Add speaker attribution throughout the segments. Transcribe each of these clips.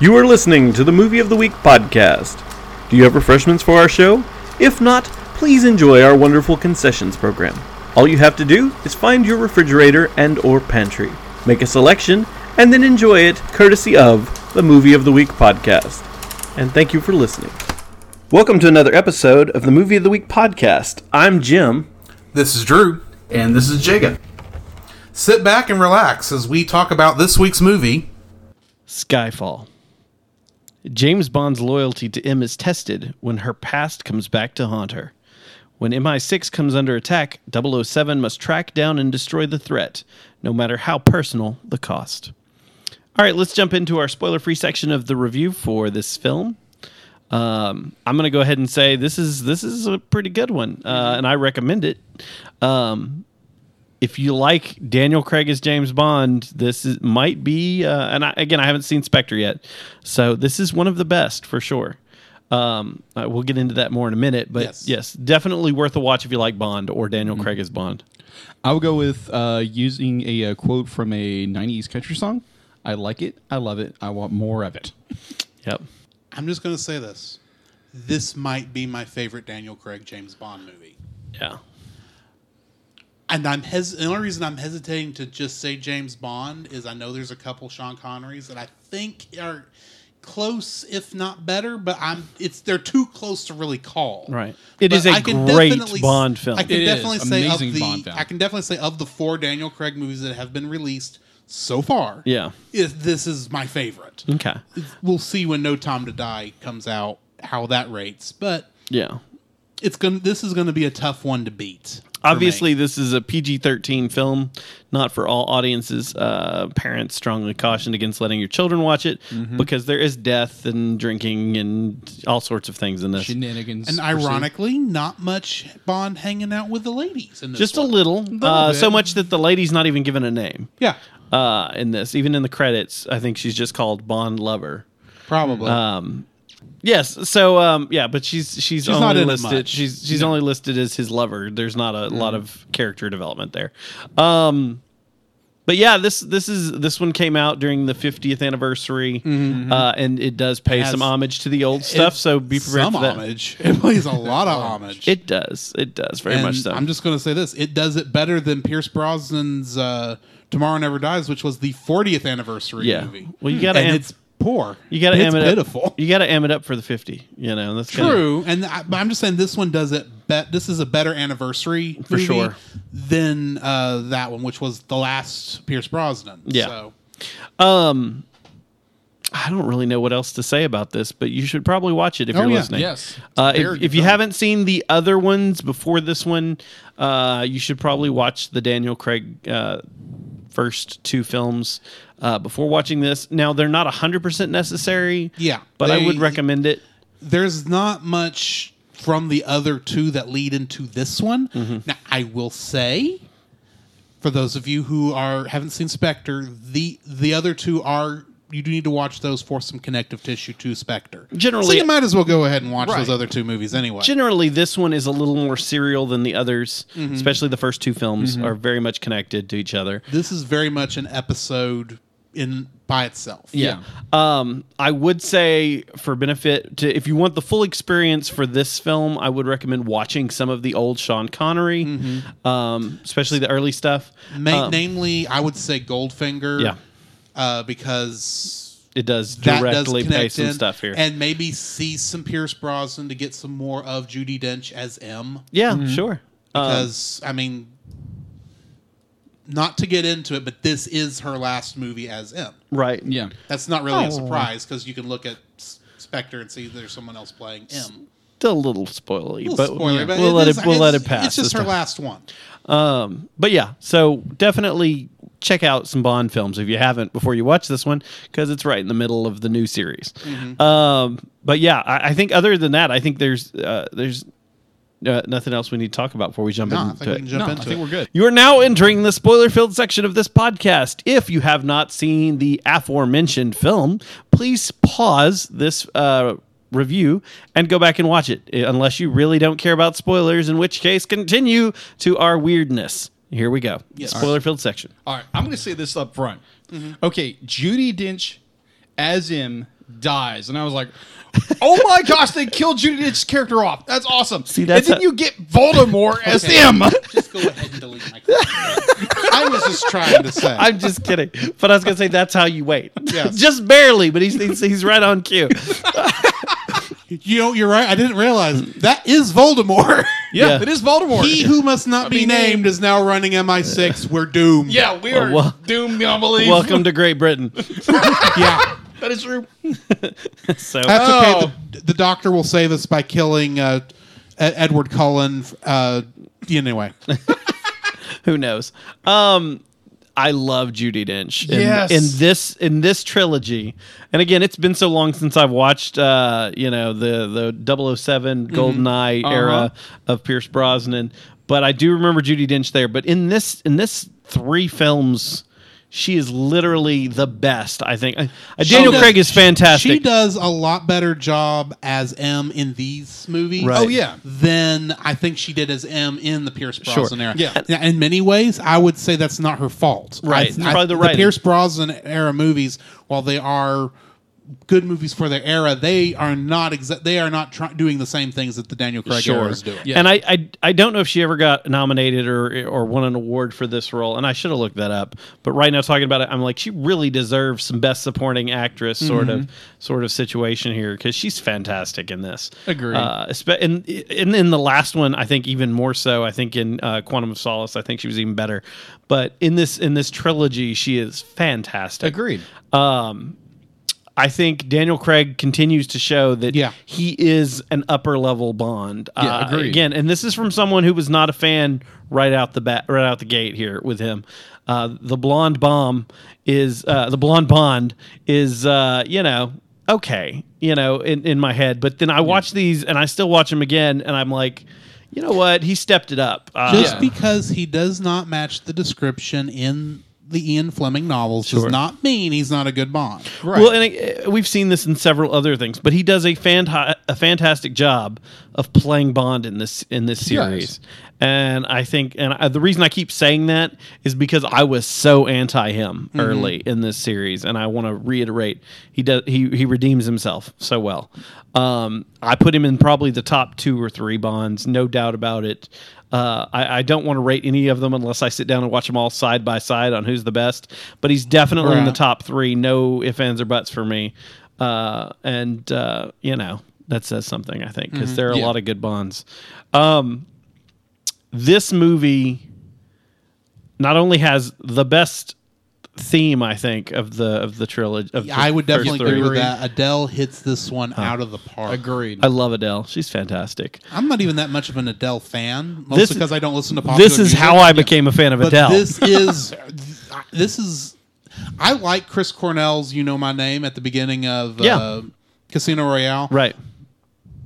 Speaker 1: You are listening to the Movie of the Week podcast. Do you have refreshments for our show? If not, please enjoy our wonderful concessions program. All you have to do is find your refrigerator and or pantry, make a selection, and then enjoy it courtesy of the Movie of the Week podcast. And thank you for listening. Welcome to another episode of the Movie of the Week podcast. I'm Jim.
Speaker 2: This is Drew.
Speaker 3: And this is Jacob.
Speaker 2: Sit back and relax as we talk about this week's movie.
Speaker 4: Skyfall. James Bond's loyalty to M is tested when her past comes back to haunt her. When MI6 comes under attack, 007 must track down and destroy the threat, no matter how personal the cost. All right, let's jump into our spoiler free section of the review for this film. Um, I'm going to go ahead and say this is this is a pretty good one, uh, and I recommend it. Um, if you like Daniel Craig as James Bond, this is, might be. Uh, and I, again, I haven't seen Spectre yet, so this is one of the best for sure. Um, uh, we'll get into that more in a minute, but yes, Mm-hmm.
Speaker 5: Yes.
Speaker 4: definitely worth a watch if you like Bond or Daniel Craig as Bond.
Speaker 5: I would go with uh, using a, uh quote from a 90s country song. I like it. I love it. I want more of it.
Speaker 4: Yep.
Speaker 6: I'm just going to say this. This might be my favorite Daniel Craig James Bond movie.
Speaker 4: Yeah.
Speaker 6: And I'm hes- the only reason I'm hesitating to just say James Bond is I know there's a couple Sean Connerys that I think are close, if not better, but I'm it's they're too close to really call.
Speaker 4: Right.
Speaker 6: It
Speaker 4: It
Speaker 6: is
Speaker 4: is a great Bond film.
Speaker 6: I can
Speaker 5: It is.
Speaker 6: definitely say of
Speaker 5: Amazing
Speaker 6: the
Speaker 5: Bond film.
Speaker 6: I can definitely say of the four Daniel Craig movies that have been released so far.
Speaker 4: Yeah.
Speaker 6: is- this is my favorite.
Speaker 4: Okay.
Speaker 6: We'll see when No Time to Die comes out how that rates, but
Speaker 4: Yeah.
Speaker 6: it's going to this is going to be a tough one to beat. for
Speaker 4: Obviously,
Speaker 6: me.
Speaker 4: this is a PG 13 film, not for all audiences. Uh, parents strongly cautioned against letting your children watch it because there is death and drinking and all sorts of things in this.
Speaker 5: Shenanigans.
Speaker 6: and ironically, not much Bond hanging out with the ladies in this.
Speaker 4: Just a
Speaker 6: one.
Speaker 4: little. Uh, so much that the lady's not even given a name
Speaker 6: yeah,
Speaker 4: uh, in this. Even in the credits, I think she's just called Bond Lover.
Speaker 6: probably.
Speaker 4: Uh, Yes. So um yeah, but she's she's, only
Speaker 6: not in it
Speaker 4: listed
Speaker 6: much. Mm-hmm.
Speaker 4: she's she's only listed as his lover. There's not a lot of character development there. Um but yeah, this this is this one came out during the 50th anniversary uh and it does pay
Speaker 6: Mm-hmm. has-
Speaker 4: some homage to the old stuff, so be prepared
Speaker 6: Some
Speaker 4: for that.
Speaker 6: homage. It plays a lot of homage.
Speaker 4: It does. It does very
Speaker 6: And
Speaker 4: much so.
Speaker 6: I'm just going to say this: it does it better than Pierce Brosnan's uh, "Tomorrow Never Dies," which was the 40th anniversary
Speaker 4: Yeah.
Speaker 6: movie.
Speaker 4: Well, you gotta
Speaker 6: and
Speaker 4: am-
Speaker 6: it's poor.
Speaker 4: you got to
Speaker 6: it's
Speaker 4: am it
Speaker 6: pitiful.
Speaker 4: up. You got to am it up for the 50, you know. That's kinda-
Speaker 6: True, and I, but I'm just saying this one does it. Bet this is a better anniversary
Speaker 4: For
Speaker 6: movie
Speaker 4: sure.
Speaker 6: than uh, that one, which was the last Pierce Brosnan.
Speaker 4: Yeah.
Speaker 6: So,
Speaker 4: Um I don't really know what else to say about this, but you should probably watch it if
Speaker 6: Oh,
Speaker 4: you're
Speaker 6: yeah.
Speaker 4: listening.
Speaker 5: Yes.
Speaker 4: Uh,
Speaker 5: Very
Speaker 4: if,
Speaker 5: good
Speaker 4: if you
Speaker 5: film.
Speaker 4: haven't seen the other ones before this one, uh, you should probably watch the Daniel Craig uh, first two films uh, before watching this. Now they're not hundred percent necessary.
Speaker 6: Yeah,
Speaker 4: but I would
Speaker 6: they-
Speaker 4: recommend it.
Speaker 6: there's not much from the other two that lead into this one.
Speaker 4: Mm-hmm.
Speaker 6: Now, I will say, for those of you who are haven't seen Spectre, the the other two are you do need to watch those for some connective tissue to Spectre. so
Speaker 4: Generally-
Speaker 6: you might as well go ahead and watch those other two movies anyway.
Speaker 4: Generally, this one is a little more serial than the others,
Speaker 5: Mm-hmm.
Speaker 4: especially the first two films are very much connected to each other.
Speaker 6: this is very much an episode in by itself.
Speaker 4: Yeah. Um, I would say for benefit to if you want the full experience for this film, I would recommend watching some of the old Sean Connery,
Speaker 6: Mm-hmm.
Speaker 4: um, especially the early stuff.
Speaker 6: Ma-
Speaker 4: Um,
Speaker 6: namely, I would say Goldfinger.
Speaker 4: Yeah.
Speaker 6: uh, because
Speaker 4: it does
Speaker 6: that does
Speaker 4: directly
Speaker 6: connect
Speaker 4: pay some
Speaker 6: in,
Speaker 4: stuff here.
Speaker 6: and maybe see some Pierce Brosnan to get some more of Judy Dench as M.
Speaker 4: yeah,
Speaker 6: Mm-hmm.
Speaker 4: sure. Um,
Speaker 6: Because I mean, not to get into it, but this is her last movie as M.
Speaker 4: right.
Speaker 5: Yeah.
Speaker 6: That's not really a
Speaker 4: Oh.
Speaker 6: surprise because you can look at S- Spectre and see there's someone else playing M.
Speaker 4: Still a little spoily,
Speaker 6: Little
Speaker 4: but
Speaker 6: spoiler, but
Speaker 4: we'll let
Speaker 6: is-
Speaker 4: it we'll let
Speaker 6: it's-
Speaker 4: it pass.
Speaker 6: It's just
Speaker 4: this
Speaker 6: her
Speaker 4: time.
Speaker 6: last one.
Speaker 4: Um, but yeah, so definitely check out some Bond films if you haven't before you watch this one because it's right in the middle of the new series.
Speaker 6: Mm-hmm.
Speaker 4: Um, but yeah, I, I think other than that, I think there's uh, there's uh, nothing else we need to talk about before we jump
Speaker 6: No, I think
Speaker 4: into
Speaker 6: we
Speaker 4: it.
Speaker 6: can jump
Speaker 5: No, I
Speaker 6: into
Speaker 5: think
Speaker 6: it.
Speaker 5: we're good.
Speaker 4: You are now entering the spoiler filled section of this podcast. If you have not seen the aforementioned film, please pause this uh, review and go back and watch it, eh, unless you really don't care about spoilers, in which case, continue to our weirdness. Here we go. Spoiler filled section.
Speaker 5: Mm-hmm. All right. I'm going to say this up front. Okay. Judy Dench as M dies, and I was like, "Oh my gosh, they killed Judy Dench's character off. That's awesome." See,
Speaker 4: that's
Speaker 5: and then
Speaker 4: a-
Speaker 5: you get Voldemort as
Speaker 6: Okay.
Speaker 5: him.
Speaker 6: Just go ahead and delete my comment. I was just trying to say.
Speaker 4: I'm just kidding. But I was gonna say that's how you wait.
Speaker 6: Yes.
Speaker 4: just barely, but he's, he's he's right on cue.
Speaker 6: you know, you're right. I didn't realize that is Voldemort.
Speaker 5: Yeah,
Speaker 4: Yeah.
Speaker 5: it is Voldemort.
Speaker 6: He who must not be
Speaker 5: mean,
Speaker 6: named is now running MI6. We're doomed.
Speaker 5: yeah, we are
Speaker 4: well-
Speaker 5: doomed beyond belief.
Speaker 4: Welcome to Great Britain.
Speaker 6: yeah.
Speaker 5: That is true.
Speaker 4: So
Speaker 6: That's
Speaker 5: Oh.
Speaker 6: okay. The, the doctor will save us by killing uh, Ed- Edward Cullen. Uh, anyway,
Speaker 4: who knows? Um, I love Judy Dench. In,
Speaker 5: Yes.
Speaker 4: in this in this trilogy, and again, it's been so long since I've watched, uh, you know, the the 7
Speaker 6: Mm-hmm.
Speaker 4: Golden Eye
Speaker 6: Uh-huh.
Speaker 4: era of Pierce Brosnan, but I do remember Judy Dench there. But in this in this three films. She is literally the best, I think. Uh, Daniel
Speaker 6: does-
Speaker 4: Craig is fantastic.
Speaker 6: she does a lot better job as M in these movies.
Speaker 4: Right. Oh,
Speaker 5: yeah.
Speaker 6: Than I think she did as M in the Pierce Brosnan era.
Speaker 5: Yeah.
Speaker 6: Now, In many ways, I would say that's not her fault.
Speaker 4: Right.
Speaker 6: I-
Speaker 4: It's
Speaker 6: I-
Speaker 4: probably the
Speaker 6: the
Speaker 4: writing.
Speaker 6: Pierce Brosnan era movies, while they are good movies for their era, they are not exa- they are not try- doing the same things that the Daniel Craig era is doing.
Speaker 5: Yeah.
Speaker 4: And I, I I don't know if she ever got nominated or or won an award for this role, and I should have looked that up. But right now, talking about it, I'm like, she really deserves some Best Supporting Actress sort of sort of situation here because she's fantastic in this.
Speaker 5: Agreed.
Speaker 4: Uh, espe- and in in the last one, I think even more so. I think in uh, Quantum of Solace, I think she was even better. But in this in this trilogy, she is fantastic.
Speaker 5: Agreed.
Speaker 4: I think Daniel Craig continues to show that
Speaker 6: Yeah.
Speaker 4: he is an upper level Bond.
Speaker 5: Yeah,
Speaker 4: Uh,
Speaker 5: agreed.
Speaker 4: Again, and this is from someone who was not a fan right out the bat, right out the gate here with him. Uh, the blonde bomb is uh, the blonde Bond is uh, you know okay you know in in my head, but then I watch these and I still watch them again and I'm like, you know what, he stepped it up. Uh,
Speaker 6: Just
Speaker 5: Yeah.
Speaker 6: because he does not match the description in the Ian Fleming novels does not mean he's not a good Bond.
Speaker 5: Right.
Speaker 4: Well, and it, uh, we've seen this in several other things, but he does a fanta- a fantastic job of playing Bond in this in this
Speaker 5: does.
Speaker 4: series. And I think, and I, the reason I keep saying that is because I was so anti him early in this series, and I want to reiterate he does he he redeems himself so well. Um, I put him in probably the top two or three Bonds, no doubt about it. Uh, I, I don't want to rate any of them unless I sit down and watch them all side by side on who's the best. But he's definitely in the
Speaker 6: Right.
Speaker 4: top top three, no ifs, ands, or buts for me. Uh, and, uh, you know, that says something, I think, because there are a lot of good bonds. Um, this movie not only has the best theme, I think, of the of the trilogy. Of the
Speaker 6: I would
Speaker 4: first
Speaker 6: definitely
Speaker 4: three.
Speaker 6: agree with that. Adele hits this one out of the park.
Speaker 5: Agreed.
Speaker 4: I love Adele. She's fantastic.
Speaker 6: I'm not even that much of an Adele fan, mostly
Speaker 4: This-
Speaker 6: because I don't listen to popular.
Speaker 4: this is
Speaker 6: music.
Speaker 4: how I became a fan of
Speaker 6: But
Speaker 4: Adele.
Speaker 6: this is this is. I like Chris Cornell's "You Know My Name" at the beginning of
Speaker 4: Yeah.
Speaker 6: uh, Casino Royale,
Speaker 4: right.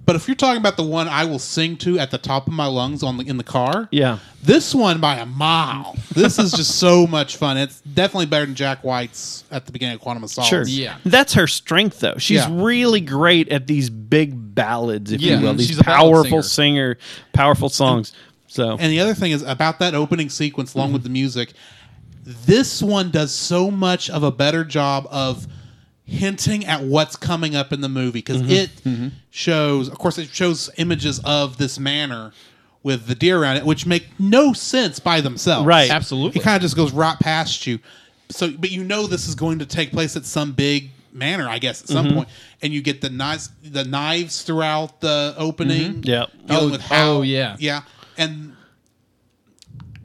Speaker 6: But if you're talking about the one I will sing to at the top of my lungs on the, in the car,
Speaker 4: Yeah.
Speaker 6: This one by a mile. This is just so much fun. It's definitely better than Jack White's at the beginning of Quantum of Solace.
Speaker 4: Sure.
Speaker 5: Yeah.
Speaker 4: That's her strength, though. She's
Speaker 6: Oh, Yeah.
Speaker 4: really great at these big ballads, if
Speaker 5: Yeah,
Speaker 4: you will, these
Speaker 5: she's a ballad
Speaker 4: powerful singer. powerful songs. So,
Speaker 6: And the other thing is about that opening sequence, along with the music. This one does so much of a better job of hinting at what's coming up in the movie because
Speaker 4: Mm-hmm.
Speaker 6: it shows, of course, it shows images of this manor with the deer around it, which make no sense by themselves.
Speaker 4: Right.
Speaker 5: Absolutely.
Speaker 6: It kind of just goes right past you. So, but you know this is going to take place at some big manor, I guess, at some
Speaker 4: Mm-hmm.
Speaker 6: point. and you get the knives, the knives throughout the opening.
Speaker 4: Mm-hmm. Yep.
Speaker 6: dealing
Speaker 5: Oh,
Speaker 6: with how,
Speaker 5: oh, yeah.
Speaker 6: yeah, and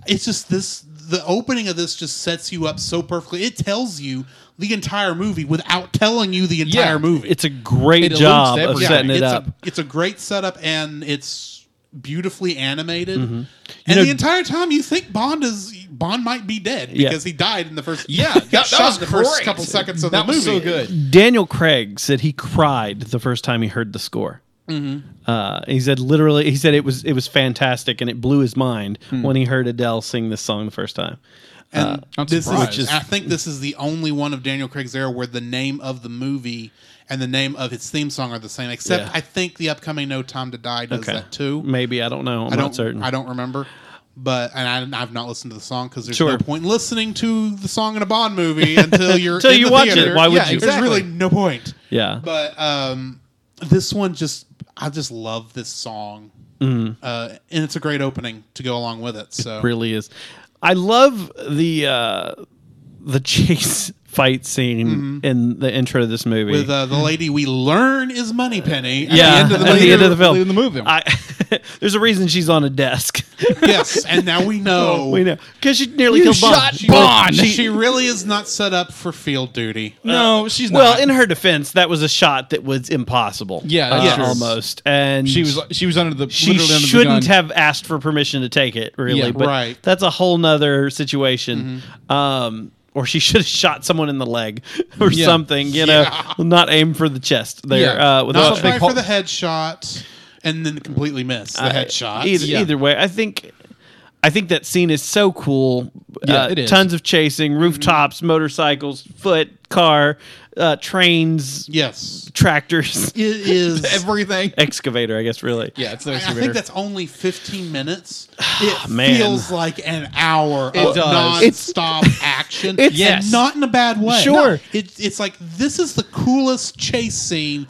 Speaker 6: it's just this. The opening of this just sets you up so perfectly. It tells you the entire movie without telling you the entire
Speaker 5: Yeah,
Speaker 6: movie.
Speaker 4: it's a great
Speaker 5: It
Speaker 4: job
Speaker 5: alludes to
Speaker 4: of
Speaker 5: everything.
Speaker 4: setting it
Speaker 6: it's
Speaker 4: up.
Speaker 6: A, it's a great setup, and it's beautifully animated.
Speaker 5: Mm-hmm.
Speaker 6: And
Speaker 4: know-
Speaker 6: the entire time, you think Bond is Bond might be dead
Speaker 4: Yeah.
Speaker 6: because he died in the first.
Speaker 5: yeah,
Speaker 6: he got
Speaker 5: that, that
Speaker 6: shot
Speaker 5: was
Speaker 6: in the first
Speaker 5: great.
Speaker 6: couple seconds of
Speaker 5: that
Speaker 6: the movie.
Speaker 5: was so good.
Speaker 4: Daniel Craig said he cried the first time he heard the score.
Speaker 6: Mm-hmm.
Speaker 4: Uh, he said literally, he said it was it was fantastic, and it blew his mind
Speaker 6: Hmm.
Speaker 4: when he heard Adele sing this song the first time.
Speaker 6: And
Speaker 5: Uh, I'm
Speaker 6: this is,
Speaker 5: surprised. Which is-
Speaker 6: I think this is the only one of Daniel Craig's era where the name of the movie and the name of his theme song are the same. Except
Speaker 4: Yeah.
Speaker 6: I think the upcoming No Time to Die does
Speaker 4: Okay.
Speaker 6: that too.
Speaker 4: Maybe I don't know. I'm
Speaker 6: I
Speaker 4: not
Speaker 6: don't.
Speaker 4: certain.
Speaker 6: I don't remember. But and I, I've not listened to the song because there's
Speaker 4: Sure.
Speaker 6: no point in listening to the song in a Bond movie until you're
Speaker 4: Until
Speaker 6: in
Speaker 4: you
Speaker 6: the
Speaker 4: watch it.
Speaker 6: theater.
Speaker 4: Why would
Speaker 6: Yeah,
Speaker 4: you?
Speaker 6: There's really no point.
Speaker 4: Yeah.
Speaker 6: But um, this one just I just love this song, uh, and it's a great opening to go along with it. So
Speaker 4: Mm. really is. I love the uh, the chase fight scene in the intro of this movie.
Speaker 6: Mm-hmm. with uh, the lady we learn is Moneypenny. At
Speaker 4: yeah,
Speaker 6: the end of the,
Speaker 4: at the
Speaker 6: movie.
Speaker 4: end of the film,
Speaker 5: in the movie.
Speaker 4: I, there's a reason she's on a desk.
Speaker 6: yes, and now we know.
Speaker 4: we know because she nearly
Speaker 5: You
Speaker 4: killed
Speaker 5: shot
Speaker 4: Bond.
Speaker 5: Bond. Bond!
Speaker 6: She, she really is not set up for field duty.
Speaker 5: no, she's not.
Speaker 4: Uh, Well, in her defense, that was a shot that was impossible.
Speaker 5: Yeah,
Speaker 4: uh,
Speaker 5: that's true.
Speaker 4: almost. And
Speaker 5: she was she was under the
Speaker 4: she
Speaker 5: literally under
Speaker 4: shouldn't
Speaker 5: the gun.
Speaker 4: have asked for permission to take it, really.
Speaker 5: Yeah, Mm-hmm.
Speaker 4: but
Speaker 6: right.
Speaker 4: that's a whole nother situation. Um, or she should have shot someone in the leg or
Speaker 5: Yeah.
Speaker 4: something, you know, not aim for the chest there.
Speaker 5: Yeah.
Speaker 4: Uh, with
Speaker 6: Not
Speaker 4: a-
Speaker 6: try
Speaker 5: big
Speaker 6: for
Speaker 5: hole-
Speaker 6: the headshot and then completely miss the headshot.
Speaker 4: Uh, Either,
Speaker 5: Yeah.
Speaker 4: either way, I think I think that scene is so cool.
Speaker 5: Yeah,
Speaker 4: Uh,
Speaker 5: it is. Mm-hmm.
Speaker 4: Tons of chasing, rooftops, motorcycles, foot, car, uh, trains,
Speaker 6: Yes.
Speaker 4: tractors,
Speaker 6: It is.
Speaker 5: everything.
Speaker 4: excavator. I guess really.
Speaker 5: Yeah, it's the
Speaker 6: I- I
Speaker 5: excavator.
Speaker 6: think that's only 15 minutes. It
Speaker 4: man.
Speaker 6: feels like an hour of
Speaker 5: It does.
Speaker 6: nonstop action.
Speaker 4: It's-
Speaker 6: and
Speaker 5: Yes.
Speaker 6: not in a bad way.
Speaker 4: Sure.
Speaker 6: it, it's like this is the coolest chase scene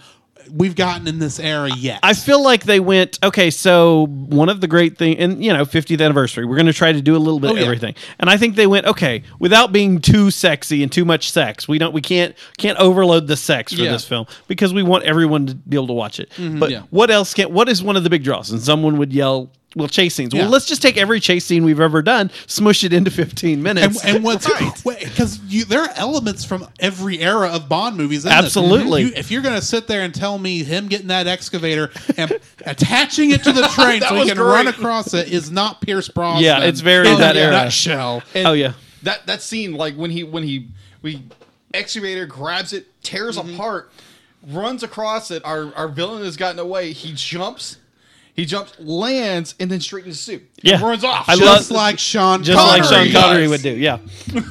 Speaker 6: we've gotten in this era yet.
Speaker 4: I feel like they went okay. So one of the great thing, and you know, 50th anniversary, we're going to try to do a little bit of
Speaker 6: Oh, yeah.
Speaker 4: everything. And I think they went okay without being too sexy and too much sex. We don't, we can't, can't overload the sex for
Speaker 5: Yeah.
Speaker 4: this film because we want everyone to be able to watch it.
Speaker 6: Mm-hmm.
Speaker 4: But
Speaker 5: Yeah.
Speaker 4: what else can? What is one of the big draws? And someone would yell. Well, chase scenes.
Speaker 6: Yeah.
Speaker 4: Well, let's just take every chase scene we've ever done, smush it into 15
Speaker 6: and,
Speaker 4: minutes.
Speaker 6: and what's because you there are elements from every era of Bond movies. in this.
Speaker 4: Absolutely.
Speaker 6: You- if you're going to sit there and tell me him getting that excavator and attaching it to the train so he
Speaker 5: was
Speaker 6: can
Speaker 5: great.
Speaker 6: run across it is not Pierce Brosnan.
Speaker 4: Yeah, it's very
Speaker 6: in
Speaker 4: that
Speaker 6: a
Speaker 4: era.
Speaker 6: Nutshell.
Speaker 5: And
Speaker 4: Oh, yeah.
Speaker 5: that that scene like when he when he we excavator grabs it, tears
Speaker 6: Mm-hmm.
Speaker 5: apart, runs across it. Our our villain has gotten away. He jumps, he jumps, lands, and then straightens his suit.
Speaker 4: Yeah.
Speaker 5: and runs off.
Speaker 4: I love-
Speaker 6: Just like Sean
Speaker 4: just
Speaker 6: Connery.
Speaker 4: like Sean Connery
Speaker 5: Yes.
Speaker 4: would do. Yeah,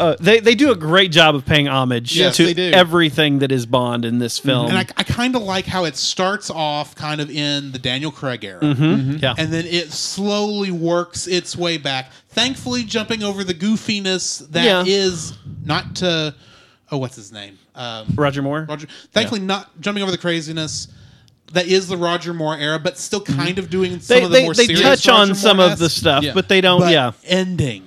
Speaker 4: uh, they they do a great job of paying homage
Speaker 5: Yes,
Speaker 4: to
Speaker 5: they do.
Speaker 4: everything that is Bond in this film.
Speaker 6: Mhm. And I, I kind of like how it starts off kind of in the Daniel Craig era.
Speaker 4: Mm-hmm. yeah,
Speaker 6: Mm-hmm. and then it slowly works its way back. Thankfully, jumping over the goofiness
Speaker 4: Yeah.
Speaker 6: that is not to. Oh, what's his name? Um,
Speaker 4: Roger Moore.
Speaker 6: Roger. Thankfully, not jumping over the craziness that is the Roger Moore era, but still kind of doing some
Speaker 4: Mm-hmm. They
Speaker 6: of the
Speaker 4: they,
Speaker 6: more
Speaker 4: they
Speaker 6: serious.
Speaker 4: touch on
Speaker 6: Roger
Speaker 4: some of the
Speaker 6: Moore-esque,
Speaker 4: stuff,
Speaker 5: Yeah.
Speaker 4: but they don't.
Speaker 6: but
Speaker 4: yeah.
Speaker 6: ending.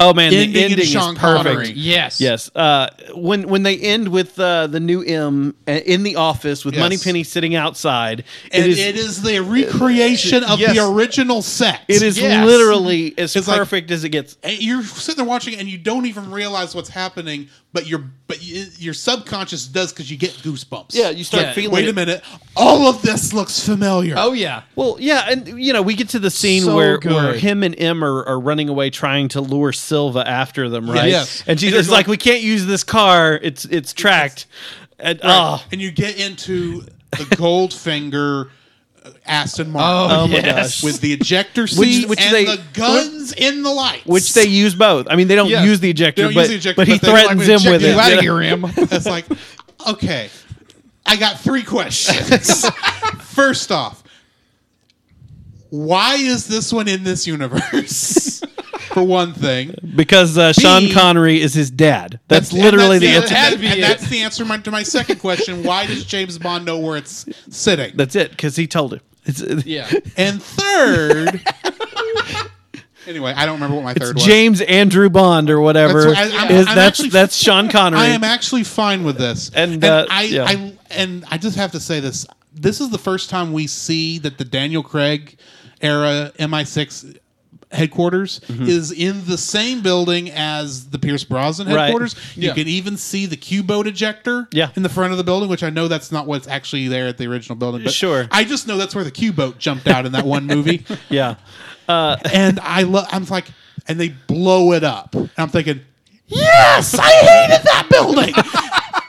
Speaker 4: Oh man, the
Speaker 6: ending into
Speaker 4: ending is
Speaker 6: Sean
Speaker 4: perfect.
Speaker 6: Connery.
Speaker 5: yes,
Speaker 4: Yes. Uh, when when they end with uh, the new M uh, in the office with
Speaker 6: Yes.
Speaker 4: Moneypenny sitting outside,
Speaker 6: And
Speaker 4: it is
Speaker 6: it is the recreation of
Speaker 5: Yes.
Speaker 6: the original set.
Speaker 4: it is
Speaker 5: yes.
Speaker 4: literally as
Speaker 6: It's like-
Speaker 4: perfect as it gets.
Speaker 6: and you're sitting there watching it and you don't even realize what's happening but your but you, your subconscious does because you get goosebumps
Speaker 4: Yeah, you start
Speaker 5: Yeah.
Speaker 4: feeling.
Speaker 6: wait
Speaker 4: it.
Speaker 6: a minute all of this looks familiar
Speaker 5: Oh yeah.
Speaker 4: Well, yeah, and you know we get to the scene
Speaker 5: So
Speaker 4: where,
Speaker 5: good.
Speaker 4: where him and Em are, are running away, trying to lure Silva after them, right?
Speaker 5: Yes.
Speaker 4: And she's
Speaker 6: And you're
Speaker 4: it's like,
Speaker 6: like-
Speaker 4: "We can't use this car; it's it's tracked." And ah,
Speaker 6: and you get into the goldfinger uh, aston martin
Speaker 4: Oh, my yes. gosh.
Speaker 6: with the ejector seat
Speaker 4: which
Speaker 6: and
Speaker 4: they-
Speaker 6: the guns in the lights
Speaker 4: which they use both. I mean, they don't
Speaker 5: Yeah.
Speaker 4: use the ejector,
Speaker 6: don't
Speaker 4: but,
Speaker 6: use the ejector,
Speaker 4: but he
Speaker 6: but they like
Speaker 4: threatens
Speaker 6: to
Speaker 4: him
Speaker 6: eject
Speaker 4: with
Speaker 6: you
Speaker 4: it.
Speaker 5: You out
Speaker 4: Yeah.
Speaker 5: of here, him.
Speaker 6: it's like okay i got three questions first off why is this one in this universe for one thing
Speaker 4: because uh, Sean
Speaker 6: B-
Speaker 4: Connery is his dad. That's, literally
Speaker 6: and
Speaker 4: the
Speaker 6: that's
Speaker 4: answer.
Speaker 5: had
Speaker 6: and
Speaker 5: to be
Speaker 6: and
Speaker 5: it.
Speaker 6: that's the answer my, to my second question. Why does James Bond know where it's sitting?
Speaker 4: That's it, because he told him. It's, uh,
Speaker 5: Yeah.
Speaker 6: and third, anyway, I don't remember what my third was.
Speaker 4: James Andrew Bond or whatever.
Speaker 6: That's what I- I'm-
Speaker 4: is-
Speaker 6: I'm
Speaker 4: that's
Speaker 6: actually-
Speaker 4: that's Sean Connery.
Speaker 6: I am actually fine with this,
Speaker 4: And, uh,
Speaker 6: I,
Speaker 4: yeah.
Speaker 6: I and I just have to say this: this is the first time we see that the Daniel Craig era MI6 headquarters
Speaker 4: Mm-hmm.
Speaker 6: is in the same building as the Pierce Brosnan
Speaker 4: Right.
Speaker 6: headquarters. You
Speaker 5: Yeah.
Speaker 6: can even see the Q-boat ejector
Speaker 4: Yeah.
Speaker 6: in the front of the building, which I know that's not what's actually there at the original building. But
Speaker 4: Sure.
Speaker 6: I just know that's where the Q-boat jumped out in that one movie
Speaker 4: yeah.
Speaker 6: and I love. I'm like, and they blow it up, and I'm thinking, yes, I hated that building.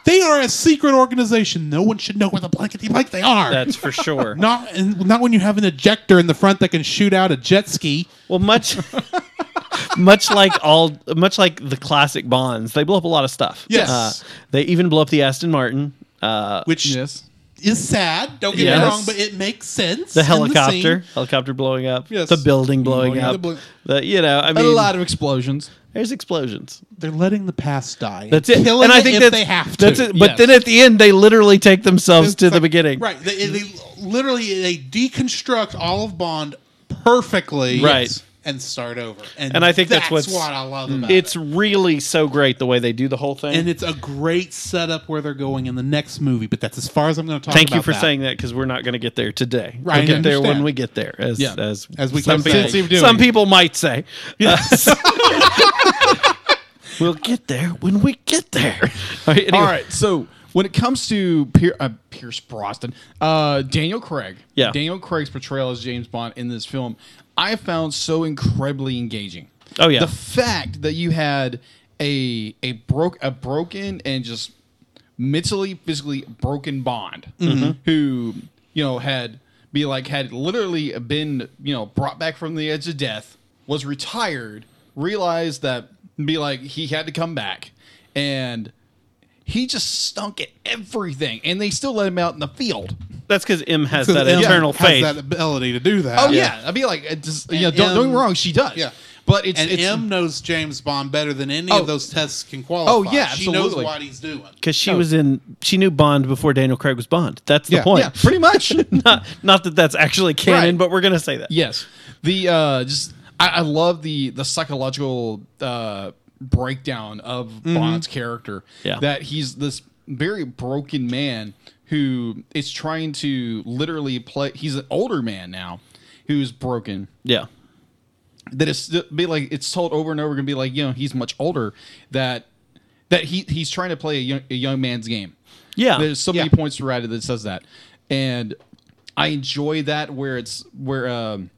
Speaker 6: they are a secret organization. No one should know where the blankety blank they are.
Speaker 4: That's for sure.
Speaker 6: not and not when you have an ejector in the front that can shoot out a jet ski.
Speaker 4: Well, much, much like all, much like the classic Bonds, they blow up a lot of stuff.
Speaker 6: Yes.
Speaker 4: Uh, they even blow up the Aston Martin. Uh,
Speaker 6: Which
Speaker 5: Yes.
Speaker 6: is sad. Don't get me
Speaker 4: Yes.
Speaker 6: wrong, but it makes sense.
Speaker 4: the
Speaker 6: in scene.
Speaker 4: helicopter, helicopter blowing up,
Speaker 6: Yes.
Speaker 4: the building blowing
Speaker 6: Blowing
Speaker 4: up,
Speaker 6: the blo-
Speaker 4: the- you know, I mean,
Speaker 5: a lot of explosions.
Speaker 4: there's explosions.
Speaker 6: They're letting the past die.
Speaker 4: That's it.
Speaker 6: Killing
Speaker 4: and I
Speaker 6: it
Speaker 4: think
Speaker 6: if
Speaker 4: that's,
Speaker 6: they have to.
Speaker 4: That's it. But
Speaker 5: yes.
Speaker 4: then at the end, they literally take themselves to
Speaker 6: It's
Speaker 4: the
Speaker 6: like-
Speaker 4: beginning.
Speaker 6: Right. They, they literally they deconstruct all of Bond perfectly.
Speaker 4: Right.
Speaker 6: Yes, And start over. And,
Speaker 4: And I think that's what's-
Speaker 6: what I love about
Speaker 4: It's
Speaker 6: it.
Speaker 4: really so great the way they do the whole thing.
Speaker 6: And it's a great setup where they're going in the next movie. But that's as far as I'm going to talk.
Speaker 4: Thank you
Speaker 6: about
Speaker 4: for
Speaker 6: that.
Speaker 4: saying that because we're not going to get there today.
Speaker 6: Right,
Speaker 4: we'll
Speaker 6: I
Speaker 4: get there when
Speaker 6: understand.
Speaker 4: we get there, as
Speaker 6: Yeah.
Speaker 4: as,
Speaker 6: As we
Speaker 4: some
Speaker 6: keep saying.
Speaker 4: people,
Speaker 6: Keep doing
Speaker 4: some
Speaker 6: it.
Speaker 4: people might say. Uh, we'll get there when we get there. All right. anyway.
Speaker 5: All right, so when it comes to Pier- uh, Pierce Brosnan, uh, Daniel Craig,
Speaker 4: Yeah.
Speaker 5: Daniel Craig's portrayal as James Bond in this film, I found so incredibly engaging.
Speaker 4: Oh, yeah.
Speaker 5: the fact that you had a a broke a broken and just mentally physically broken Bond
Speaker 4: Mm-hmm.
Speaker 5: who you know had be like had literally been you know brought back from the edge of death was retired realized that be like he had to come back and he just stunk at everything, and they still let him out in the field.
Speaker 4: That's because M has
Speaker 6: So
Speaker 4: that
Speaker 6: Ellen
Speaker 4: internal
Speaker 6: has
Speaker 4: faith.
Speaker 6: that ability to do that.
Speaker 5: Oh yeah, I'd be like, it just, yeah,
Speaker 6: And
Speaker 5: don't, don't get
Speaker 6: M-
Speaker 5: me wrong, she does.
Speaker 6: yeah.
Speaker 5: but it's
Speaker 6: And
Speaker 5: it's
Speaker 6: M knows James Bond better than any
Speaker 5: Oh.
Speaker 6: of those tests can qualify.
Speaker 5: Oh, yeah,
Speaker 6: she knows
Speaker 5: absolutely.
Speaker 6: what he's doing.
Speaker 4: Because she was in, she knew Bond before Daniel Craig was Bond. That's the
Speaker 6: Yeah.
Speaker 4: point.
Speaker 5: yeah, pretty much.
Speaker 4: not, not that that's actually canon,
Speaker 5: Right.
Speaker 4: but we're gonna say that.
Speaker 5: yes, the uh, just I, I love the the psychological uh, breakdown of
Speaker 6: Mm-hmm.
Speaker 5: Bond's character.
Speaker 4: Yeah.
Speaker 5: that he's this very broken man who is trying to literally play. He's an older man now who's broken.
Speaker 4: Yeah.
Speaker 5: that it's be like it's told over and over again. Be like, you know, he's much older. That that he he's trying to play a young, a young man's game.
Speaker 4: Yeah.
Speaker 5: There's so many
Speaker 6: Yeah.
Speaker 5: points throughout it that says that, and I enjoy that where it's where um,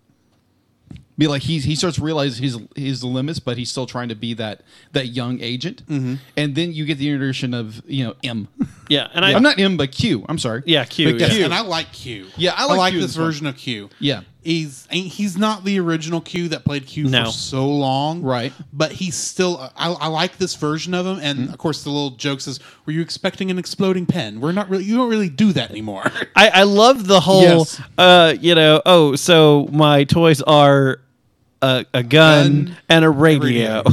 Speaker 5: be like he he starts realizing his his limits, but he's still trying to be that that young agent. And then you get the introduction of you know M.
Speaker 4: Mm-hmm. yeah. And I,
Speaker 5: am not M, but Q. I'm sorry.
Speaker 4: Yeah, Q.
Speaker 5: But
Speaker 4: yeah.
Speaker 6: Yes, and I like Q.
Speaker 5: Yeah, I like Q in
Speaker 6: this
Speaker 5: this one.
Speaker 6: version of Q.
Speaker 5: Yeah.
Speaker 6: he's and he's not the original Q that played Q
Speaker 4: No.
Speaker 6: for so long,
Speaker 5: Right.
Speaker 6: But he's still. I, I like this version of him, and of course the little jokes is, "Were you expecting an exploding pen?" We're not really. You don't really do that anymore.
Speaker 4: I, I love the whole,
Speaker 5: Yes.
Speaker 4: uh, you know, oh, so my toys are a, a gun,
Speaker 6: Gun,
Speaker 4: and a radio.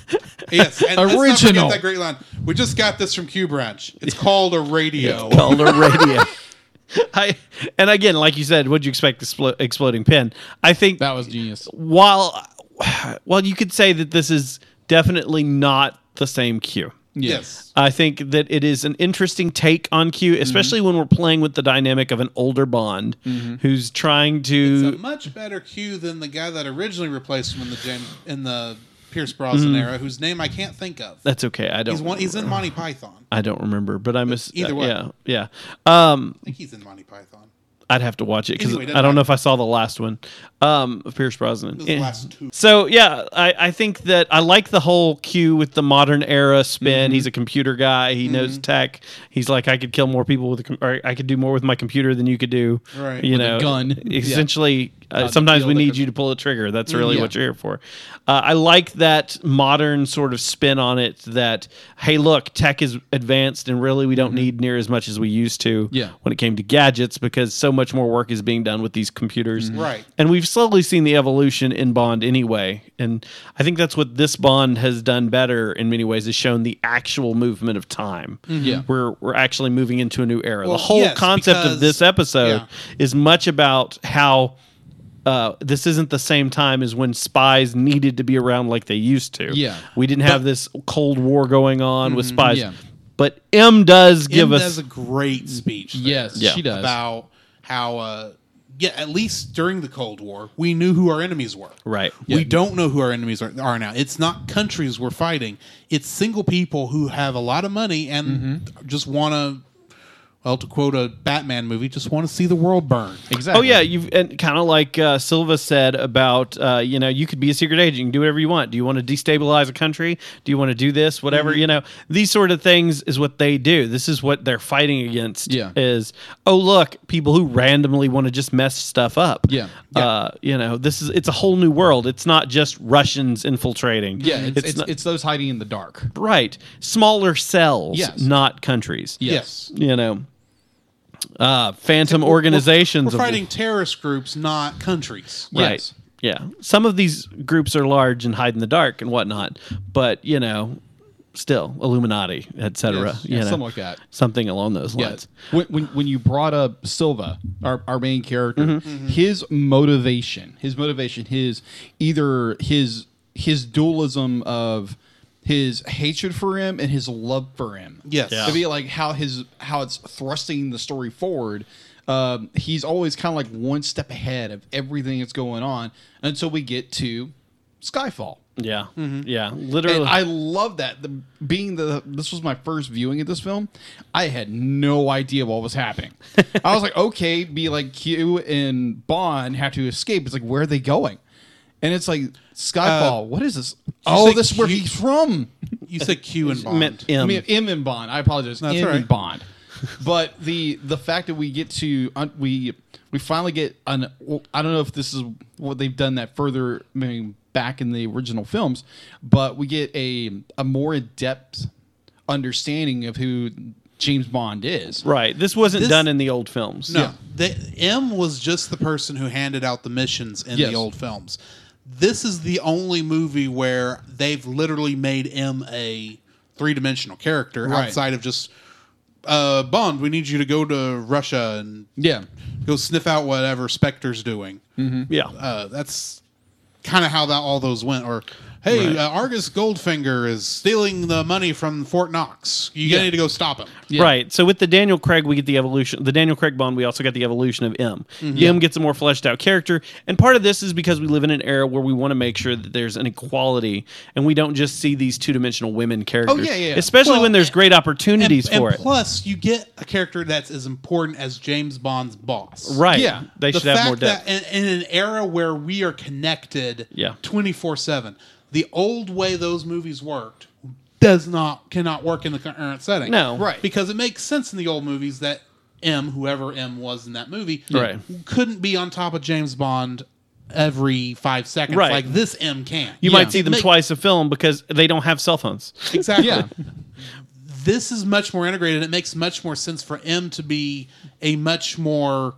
Speaker 6: yes, and let's not forget
Speaker 5: Original.
Speaker 6: that great line. We just got this from Q Branch. It's called a radio.
Speaker 4: called a radio. I and again, like you said, what'd you expect? Explo- exploding pin. I think
Speaker 5: that was genius.
Speaker 4: while while you could say that this is definitely not the same cue.
Speaker 6: yes.
Speaker 4: I think that it is an interesting take on
Speaker 6: Mm-hmm.
Speaker 4: Q, especially when we're playing with the dynamic of an older Bond who's trying to
Speaker 6: Mm-hmm. It's a much better Q than the guy that originally replaced him in the James, in the Pierce Brosnan era, whose name I can't think of.
Speaker 4: That's okay. I don't.
Speaker 6: He's one. He's in Monty Python. I
Speaker 4: I don't remember, but I miss.
Speaker 6: Either way.
Speaker 4: yeah, yeah. Um,
Speaker 6: think he's in Monty Python.
Speaker 4: I'd have to watch it because
Speaker 6: Anyway,
Speaker 4: I
Speaker 6: doesn't
Speaker 4: don't know
Speaker 6: matter.
Speaker 4: if I saw the last one. Um, of Pierce Brosnan.
Speaker 6: Those
Speaker 4: Eh.
Speaker 6: last two.
Speaker 4: So yeah, I, I think that I like the whole cue with the modern era spin. He's a computer guy. He knows tech. He's like, I could kill more people with, a com- or I could do more with my computer than you could do.
Speaker 6: Right.
Speaker 4: You
Speaker 6: With
Speaker 5: a
Speaker 4: know,
Speaker 5: gun.
Speaker 4: Essentially, uh,
Speaker 5: the
Speaker 4: sometimes
Speaker 5: deal
Speaker 4: we
Speaker 5: that
Speaker 4: need
Speaker 5: could-
Speaker 4: you to pull a trigger. That's really
Speaker 5: yeah.
Speaker 4: what you're here for. Uh, I like that modern sort of spin on it. That hey, look, tech is advanced, and really we don't need near as much as we used to.
Speaker 5: Mm-hmm. Yeah.
Speaker 4: When it came to gadgets, because so much more work is being done with these computers.
Speaker 5: Mm-hmm.
Speaker 6: Right.
Speaker 4: And we've slowly seen the evolution in Bond anyway. And I think that's what this Bond has done better in many ways is shown the actual movement of time.
Speaker 5: Yeah.
Speaker 4: We're we're actually moving into a new era.
Speaker 6: Mm-hmm. Well,
Speaker 4: the whole
Speaker 6: yes,
Speaker 4: concept of
Speaker 6: because-
Speaker 4: this episode
Speaker 6: yeah.
Speaker 4: is much about how uh, this isn't the same time as when spies needed to be around like they used to.
Speaker 5: Yeah.
Speaker 4: We didn't have this Cold War going on with spies.
Speaker 5: yeah.
Speaker 4: But M does give
Speaker 6: Kim
Speaker 4: us
Speaker 6: Mm-hmm. does a great speech. there
Speaker 5: Yes,
Speaker 4: Yeah.
Speaker 5: she does.
Speaker 6: about how. Uh, yeah, at least during the Cold War, we knew who our enemies were.
Speaker 4: Right.
Speaker 6: We
Speaker 5: Yeah.
Speaker 6: don't know who our enemies are, are now. It's not countries we're fighting. It's single people who have a lot of money and just want to, well, to quote a Batman movie, just want to see the world burn.
Speaker 5: exactly.
Speaker 4: Oh yeah, you've and kind of like uh, Silva said about uh, you know you could be a secret agent, you can do whatever you want. Do you want to destabilize a country? Do you want to do this? Whatever
Speaker 5: Mm-hmm.
Speaker 4: you know, these sort of things is what they do. This is what they're fighting against.
Speaker 5: Yeah.
Speaker 4: is oh look, people who randomly want to just mess stuff up.
Speaker 5: Yeah.
Speaker 4: Uh, you know this is it's a whole new world. It's not just Russians infiltrating.
Speaker 5: Yeah, it's it's, it's,
Speaker 4: not-
Speaker 5: those hiding in the dark.
Speaker 4: right. Smaller cells,
Speaker 5: Yes.
Speaker 4: not countries.
Speaker 5: Yes.
Speaker 4: you know. Uh, phantom
Speaker 6: We're
Speaker 4: organizations. of-
Speaker 6: fighting terrorist groups, not countries.
Speaker 4: Right.
Speaker 5: Yes.
Speaker 4: Yeah. Some of these groups are large and hide in the dark and whatnot, but you know, still Illuminati, etc.
Speaker 5: Yes.
Speaker 4: you
Speaker 5: Yeah,
Speaker 4: know,
Speaker 5: something like that.
Speaker 4: Something along those
Speaker 5: Yeah.
Speaker 4: lines.
Speaker 5: When, when, when you brought up Silva, our, our main character, his motivation, his motivation, his either his his dualism of his hatred for him and his love for him.
Speaker 6: Yes. Yeah.
Speaker 5: To be like how his how it's thrusting the story forward. Um, he's always kind of like one step ahead of everything that's going on until we get to Skyfall.
Speaker 4: Yeah. Yeah. Literally.
Speaker 5: Mm-hmm. And I love that. The, being the this was my first viewing of this film, I had no idea what was happening. I was like, okay, be like Q and Bond have to escape. It's like, where are they going? And it's like Skyfall. what is this?
Speaker 4: Uh,
Speaker 5: Oh,
Speaker 6: say
Speaker 5: this is where
Speaker 6: Q-
Speaker 5: he's from.
Speaker 6: You said Q and Bond.
Speaker 4: meant M.
Speaker 5: I mean, M and Bond. I apologize.
Speaker 6: That's
Speaker 5: M
Speaker 6: all
Speaker 5: and
Speaker 6: right.
Speaker 5: Bond. But the the fact that we get to un, we we finally get an I don't know if this is what they've done that further I mean, back in the original films, but we get a a more in depth understanding of who James Bond is.
Speaker 4: right. This wasn't
Speaker 6: This-
Speaker 4: done in the old films.
Speaker 6: No, the, M was just the person who handed out the missions in
Speaker 5: Yes.
Speaker 6: the old films. This is the only movie where they've literally made M a three dimensional character
Speaker 5: Right.
Speaker 6: outside of just uh, Bond. We need you to go to Russia and
Speaker 5: Yeah.
Speaker 6: go sniff out whatever Spectre's doing.
Speaker 5: Mm-hmm.
Speaker 4: Yeah.
Speaker 6: Uh, that's kind of how that all those went. Or hey, uh, Argus Goldfinger is stealing the money from Fort Knox. You
Speaker 5: Yeah.
Speaker 6: need to go stop him.
Speaker 5: Yeah.
Speaker 4: Right. So with the Daniel Craig, we get the evolution. The Daniel Craig Bond, we also got the evolution of M.
Speaker 6: Mm-hmm.
Speaker 4: M gets a more fleshed out character, and part of this is because we live in an era where we want to make sure that there's an equality, and we don't just see these two dimensional women
Speaker 6: Oh,
Speaker 4: characters.
Speaker 5: yeah, yeah.
Speaker 4: Especially
Speaker 6: Well,
Speaker 4: when there's great
Speaker 6: And-
Speaker 4: opportunities
Speaker 6: and
Speaker 4: for it.
Speaker 6: Plus, you get a character that's as important as James Bond's boss.
Speaker 4: right.
Speaker 5: yeah.
Speaker 4: They
Speaker 6: The
Speaker 4: should have
Speaker 6: fact
Speaker 4: more depth.
Speaker 6: That in, in an era where we are connected
Speaker 4: Yeah.
Speaker 6: 24-7, the old way those movies worked does not cannot work in the current setting.
Speaker 4: No.
Speaker 5: Right.
Speaker 6: Because it makes sense in the old movies that M, whoever M was in that movie,
Speaker 4: Right.
Speaker 6: couldn't be on top of James Bond every five seconds
Speaker 4: Right.
Speaker 6: like this M can.
Speaker 4: you
Speaker 5: Yeah.
Speaker 4: might see them
Speaker 6: Make-
Speaker 4: twice a film because they don't have cell phones.
Speaker 6: Exactly.
Speaker 5: Yeah.
Speaker 6: This is much more integrated. It makes much more sense for M to be a much more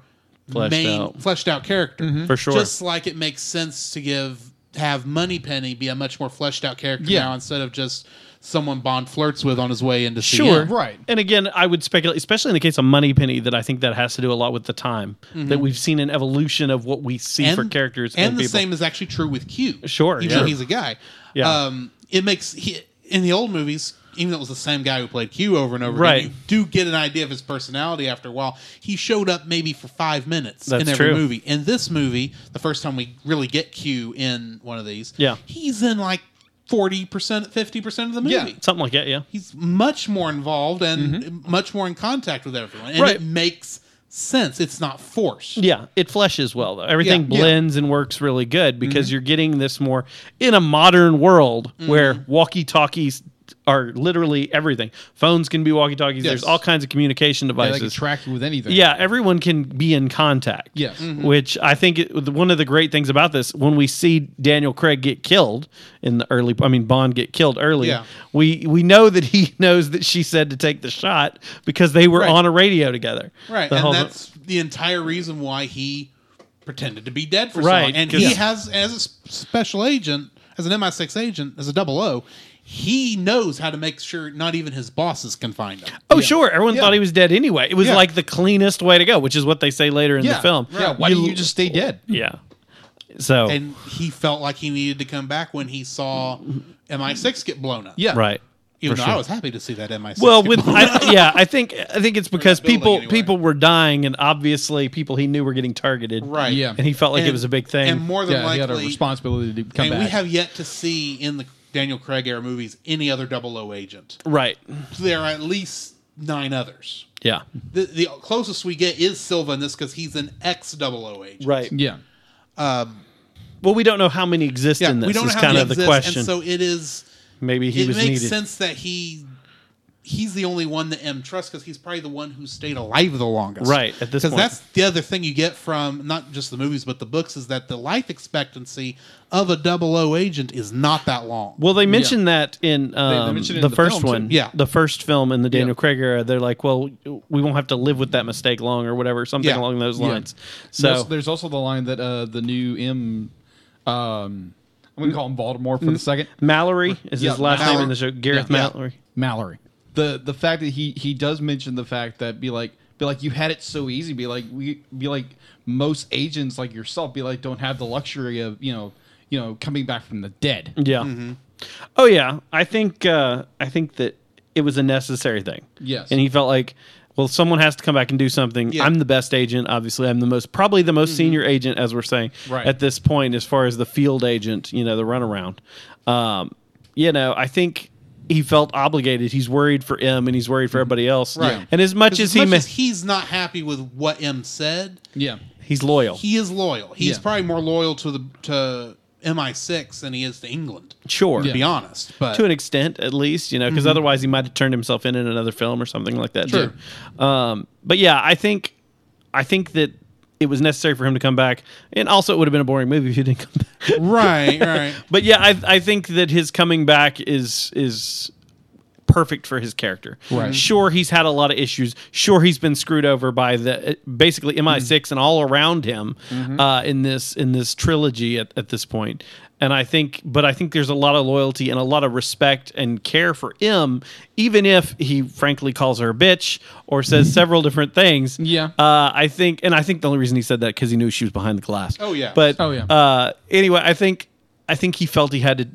Speaker 4: Fleshed
Speaker 6: main
Speaker 4: out.
Speaker 6: fleshed out character.
Speaker 5: Mm-hmm.
Speaker 4: For sure.
Speaker 6: Just like it makes sense to give have Money Penny be a much more fleshed out character
Speaker 5: Yeah.
Speaker 6: now instead of just someone Bond flirts with on his way into
Speaker 4: Sure.
Speaker 6: CM.
Speaker 5: Right.
Speaker 4: And again, I would speculate, especially in the case of Moneypenny, that I think that has to do a lot with the time that we've seen an evolution of what we see for characters
Speaker 6: Mm-hmm. and,
Speaker 4: and,
Speaker 6: the
Speaker 4: people.
Speaker 6: same is actually true with Q.
Speaker 4: Sure,
Speaker 6: even
Speaker 4: yeah.
Speaker 6: though he's a guy.
Speaker 4: Yeah.
Speaker 6: um, it makes he, in the old movies, even though it was the same guy who played Q over and over,
Speaker 4: Right.
Speaker 6: again, you do get an idea of his personality after a while. He showed up maybe for five minutes in
Speaker 4: That's
Speaker 6: every
Speaker 4: true.
Speaker 6: movie. In this movie, the first time we really get Q in one of these,
Speaker 4: Yeah.
Speaker 6: he's in like forty percent, fifty percent of the movie.
Speaker 5: Yeah.
Speaker 4: Something like that, yeah.
Speaker 6: He's much more involved and much more in contact with everyone, and
Speaker 4: Mm-hmm. Right.
Speaker 6: it makes sense. It's not forced.
Speaker 4: Yeah, it fleshes well though. Everything
Speaker 6: Yeah, Mm-hmm.
Speaker 5: yeah.
Speaker 4: blends and works really good because you're getting this more in a modern world where walkie-talkies are literally everything. Phones can be walkie-talkies. There's
Speaker 5: Yes.
Speaker 4: all kinds of communication
Speaker 5: Yeah, they can
Speaker 4: devices.
Speaker 5: track you with anything.
Speaker 4: Yeah, everyone can be in contact.
Speaker 5: Yes.
Speaker 6: Mm-hmm.
Speaker 5: Mhm.
Speaker 4: Which I think it, the- one of the great things about this, when we see Daniel Craig get killed in the early, I mean, Bond get killed early,
Speaker 6: Yeah.
Speaker 4: we, we know that he knows that she said to take the shot because they were
Speaker 6: Right.
Speaker 4: on a radio together.
Speaker 6: Right,
Speaker 4: The
Speaker 6: and
Speaker 4: whole-
Speaker 6: that's the entire reason why he pretended to be dead for so
Speaker 4: Right,
Speaker 6: long. And
Speaker 4: 'cause-
Speaker 6: he
Speaker 4: Yeah.
Speaker 6: has, as a s- special agent, as an MI6 agent, as a double O, he knows how to make sure not even his bosses can find him.
Speaker 4: Oh, sure. Everyone
Speaker 5: Yeah.
Speaker 4: thought he was dead anyway. It was
Speaker 6: Yeah.
Speaker 4: like the cleanest way to go, which is what they say later in
Speaker 5: Yeah.
Speaker 4: the film.
Speaker 5: Yeah. Why do you just stay dead?
Speaker 4: Yeah. So,
Speaker 6: And he felt like he needed to come back when he saw MI6 get blown up.
Speaker 5: Yeah.
Speaker 4: right.
Speaker 6: Even
Speaker 4: for
Speaker 6: though
Speaker 4: sure.
Speaker 6: I was happy to see that MI6.
Speaker 4: Well,
Speaker 6: get
Speaker 4: with
Speaker 6: blown up.
Speaker 4: I, yeah, I think I think it's because
Speaker 6: building
Speaker 4: people
Speaker 6: anyway.
Speaker 4: people were dying, and obviously people he knew were getting targeted.
Speaker 6: Right.
Speaker 5: Yeah.
Speaker 4: and he felt like it
Speaker 6: And-
Speaker 4: was a big thing.
Speaker 6: And more than
Speaker 5: Yeah, he had a
Speaker 6: likely,
Speaker 5: responsibility to come
Speaker 6: and
Speaker 5: back.
Speaker 6: we have yet to see in the Daniel Craig era movies any other double O agent.
Speaker 4: right.
Speaker 6: There are at least nine others.
Speaker 4: Yeah.
Speaker 6: The, the closest we get is Silva in this because he's an ex double O agent.
Speaker 4: Right.
Speaker 5: yeah.
Speaker 4: Well, we don't know how many exist
Speaker 6: Yeah,
Speaker 4: in this.
Speaker 6: we don't
Speaker 4: is
Speaker 6: know how
Speaker 4: kind
Speaker 6: he
Speaker 4: of the
Speaker 6: exists,
Speaker 4: question.
Speaker 6: and so it is.
Speaker 4: Maybe he
Speaker 6: it
Speaker 4: was
Speaker 6: makes
Speaker 4: needed.
Speaker 6: sense that he he's the only one that M trusts because he's probably the one who stayed alive the longest.
Speaker 4: Right, at this point.
Speaker 6: because that's the other thing you get from not just the movies but the books is that the life expectancy of a double O agent is not that long.
Speaker 4: Well, they mentioned that in um,
Speaker 5: mentioned it in
Speaker 4: the,
Speaker 5: the
Speaker 4: first
Speaker 5: film, too.
Speaker 4: one,
Speaker 6: Yeah.
Speaker 4: the first film in the Daniel
Speaker 5: Yeah.
Speaker 4: Craig era. They're like, well, we won't have to live with that mistake long, or whatever, something
Speaker 6: Yeah.
Speaker 4: along those
Speaker 5: Yeah.
Speaker 4: lines.
Speaker 5: there's,
Speaker 4: So,
Speaker 5: there's also the line that uh, the new M, um, I'm gonna call him Baltimore for
Speaker 4: Mm-hmm.
Speaker 5: the second
Speaker 4: Mallory is
Speaker 5: Yeah,
Speaker 4: his last name in
Speaker 5: Mallory.
Speaker 4: the show. Gareth
Speaker 5: Yeah.
Speaker 4: Mallory.
Speaker 5: Mallory. The the fact that he he does mention the fact that be like be like you had it so easy. Be like we be like most agents like yourself. Be like don't have the luxury of you know you know coming back from the dead.
Speaker 4: Yeah.
Speaker 6: Mm-hmm.
Speaker 4: Oh yeah, I think uh, I think that it was a necessary thing.
Speaker 5: Yes.
Speaker 4: and he felt like, well, someone has to come back and do something.
Speaker 6: Yeah. Mm-hmm.
Speaker 4: I'm the best agent, obviously. I'm the most probably the most senior agent, as we're saying
Speaker 5: Right.
Speaker 4: at this point, as far as the field agent, you know, the runaround. Um, you know, I think. He felt obligated. He's worried for M and he's worried for everybody else.
Speaker 6: Mm-hmm. Right.
Speaker 4: And as much
Speaker 6: 'Cause
Speaker 4: as he,
Speaker 6: much
Speaker 4: ma-
Speaker 6: as he's not happy with what M said,
Speaker 5: Yeah.
Speaker 4: he's loyal.
Speaker 6: he is loyal. He's
Speaker 5: Yeah.
Speaker 6: probably more loyal to the to MI6 than he is to England.
Speaker 4: sure.
Speaker 6: To be honest, but
Speaker 4: to an extent at least you know because otherwise he might have turned himself in in another film or something like that
Speaker 5: Sure.
Speaker 4: too. um but yeah i think i think that it was necessary for him to come back and also it would have been a boring movie if he didn't come back
Speaker 6: right, right.
Speaker 4: but yeah i i think that his coming back is is perfect for his character
Speaker 5: Right.
Speaker 4: sure he's had a lot of issues sure he's been screwed over by the uh, basically
Speaker 5: Mm-hmm.
Speaker 4: mi6 and all around him uh, in this in this trilogy at, at this point and i think but i think there's a lot of loyalty and a lot of respect and care for him even if he frankly calls her a bitch or says several different things
Speaker 5: Yeah.
Speaker 4: uh, i think and i think the only reason he said that because he knew she was behind the glass
Speaker 6: Oh, yeah.
Speaker 4: but
Speaker 5: Oh, yeah.
Speaker 4: uh, anyway i think i think he felt he had to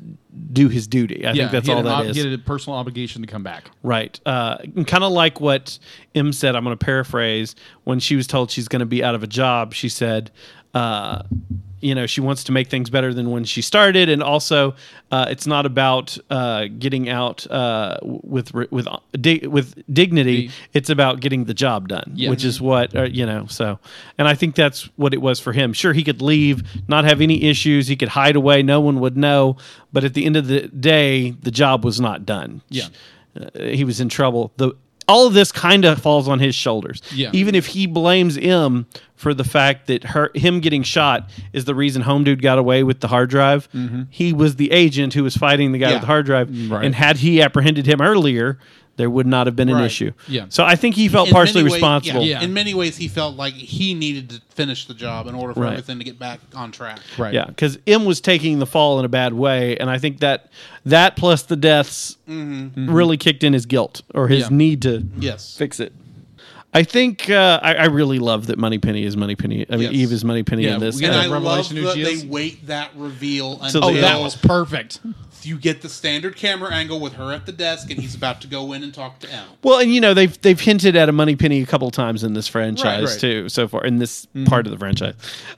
Speaker 4: do his duty i
Speaker 5: yeah,
Speaker 4: think that's
Speaker 5: he had
Speaker 4: all that
Speaker 5: an ob-
Speaker 4: is.
Speaker 5: He had a personal obligation to come back.
Speaker 4: Right. Uh, kind of like what Im said, I'm going to paraphrase. When she was told she's going to be out of a job, she said, uh, you know, she wants to make things better than when she started. And also, uh, it's not about uh, getting out uh, w- with, re- with, di- with dignity. It's about getting the job done,
Speaker 5: Yeah.
Speaker 4: which is what, uh, you know, so. And I think that's what it was for him. Sure, he could leave, not have any issues. He could hide away. No one would know. But at the end of the day, the job was not done
Speaker 5: Yeah.
Speaker 4: uh, he was in trouble. The all of this kind of falls on his shoulders.
Speaker 5: Yeah.
Speaker 4: Even if he blames M for the fact that her him getting shot is the reason Home Dude got away with the hard drive, he was the agent who was fighting the guy
Speaker 6: Mm-hmm. Yeah.
Speaker 4: with the hard drive.
Speaker 5: Right.
Speaker 4: And had he apprehended him earlier, there would not have been an
Speaker 6: Right.
Speaker 4: issue.
Speaker 5: Yeah.
Speaker 4: So I think he felt
Speaker 6: In
Speaker 4: partially
Speaker 6: many ways-
Speaker 4: responsible.
Speaker 6: yeah,
Speaker 5: Yeah.
Speaker 6: In many ways, he felt like he needed to finish the job in order for
Speaker 4: Right.
Speaker 6: everything to get back on track.
Speaker 5: Right.
Speaker 4: Yeah, because M was taking the fall in a bad way, and I think that that plus the deaths Mm-hmm. really kicked in his guilt or his
Speaker 5: Yeah.
Speaker 4: need to
Speaker 6: Mm-hmm. Yes.
Speaker 4: fix it. I think uh, I, I really love that Moneypenny is Moneypenny. I mean,
Speaker 6: Yes.
Speaker 4: Eve is Moneypenny
Speaker 5: Yeah,
Speaker 4: in this.
Speaker 5: we
Speaker 6: And
Speaker 5: Yeah,
Speaker 6: I love
Speaker 5: Revelation who
Speaker 6: that
Speaker 5: she
Speaker 6: they
Speaker 5: is.
Speaker 6: wait that reveal
Speaker 4: So
Speaker 6: until
Speaker 5: Oh,
Speaker 4: they-
Speaker 5: that was perfect.
Speaker 6: you get the standard camera angle with her at the desk, and he's about to go in and talk to M.
Speaker 4: well, and you know they've they've hinted at a Moneypenny a couple times in this franchise
Speaker 5: right.
Speaker 4: too so far in this
Speaker 6: Mm-hmm.
Speaker 4: part of the franchise,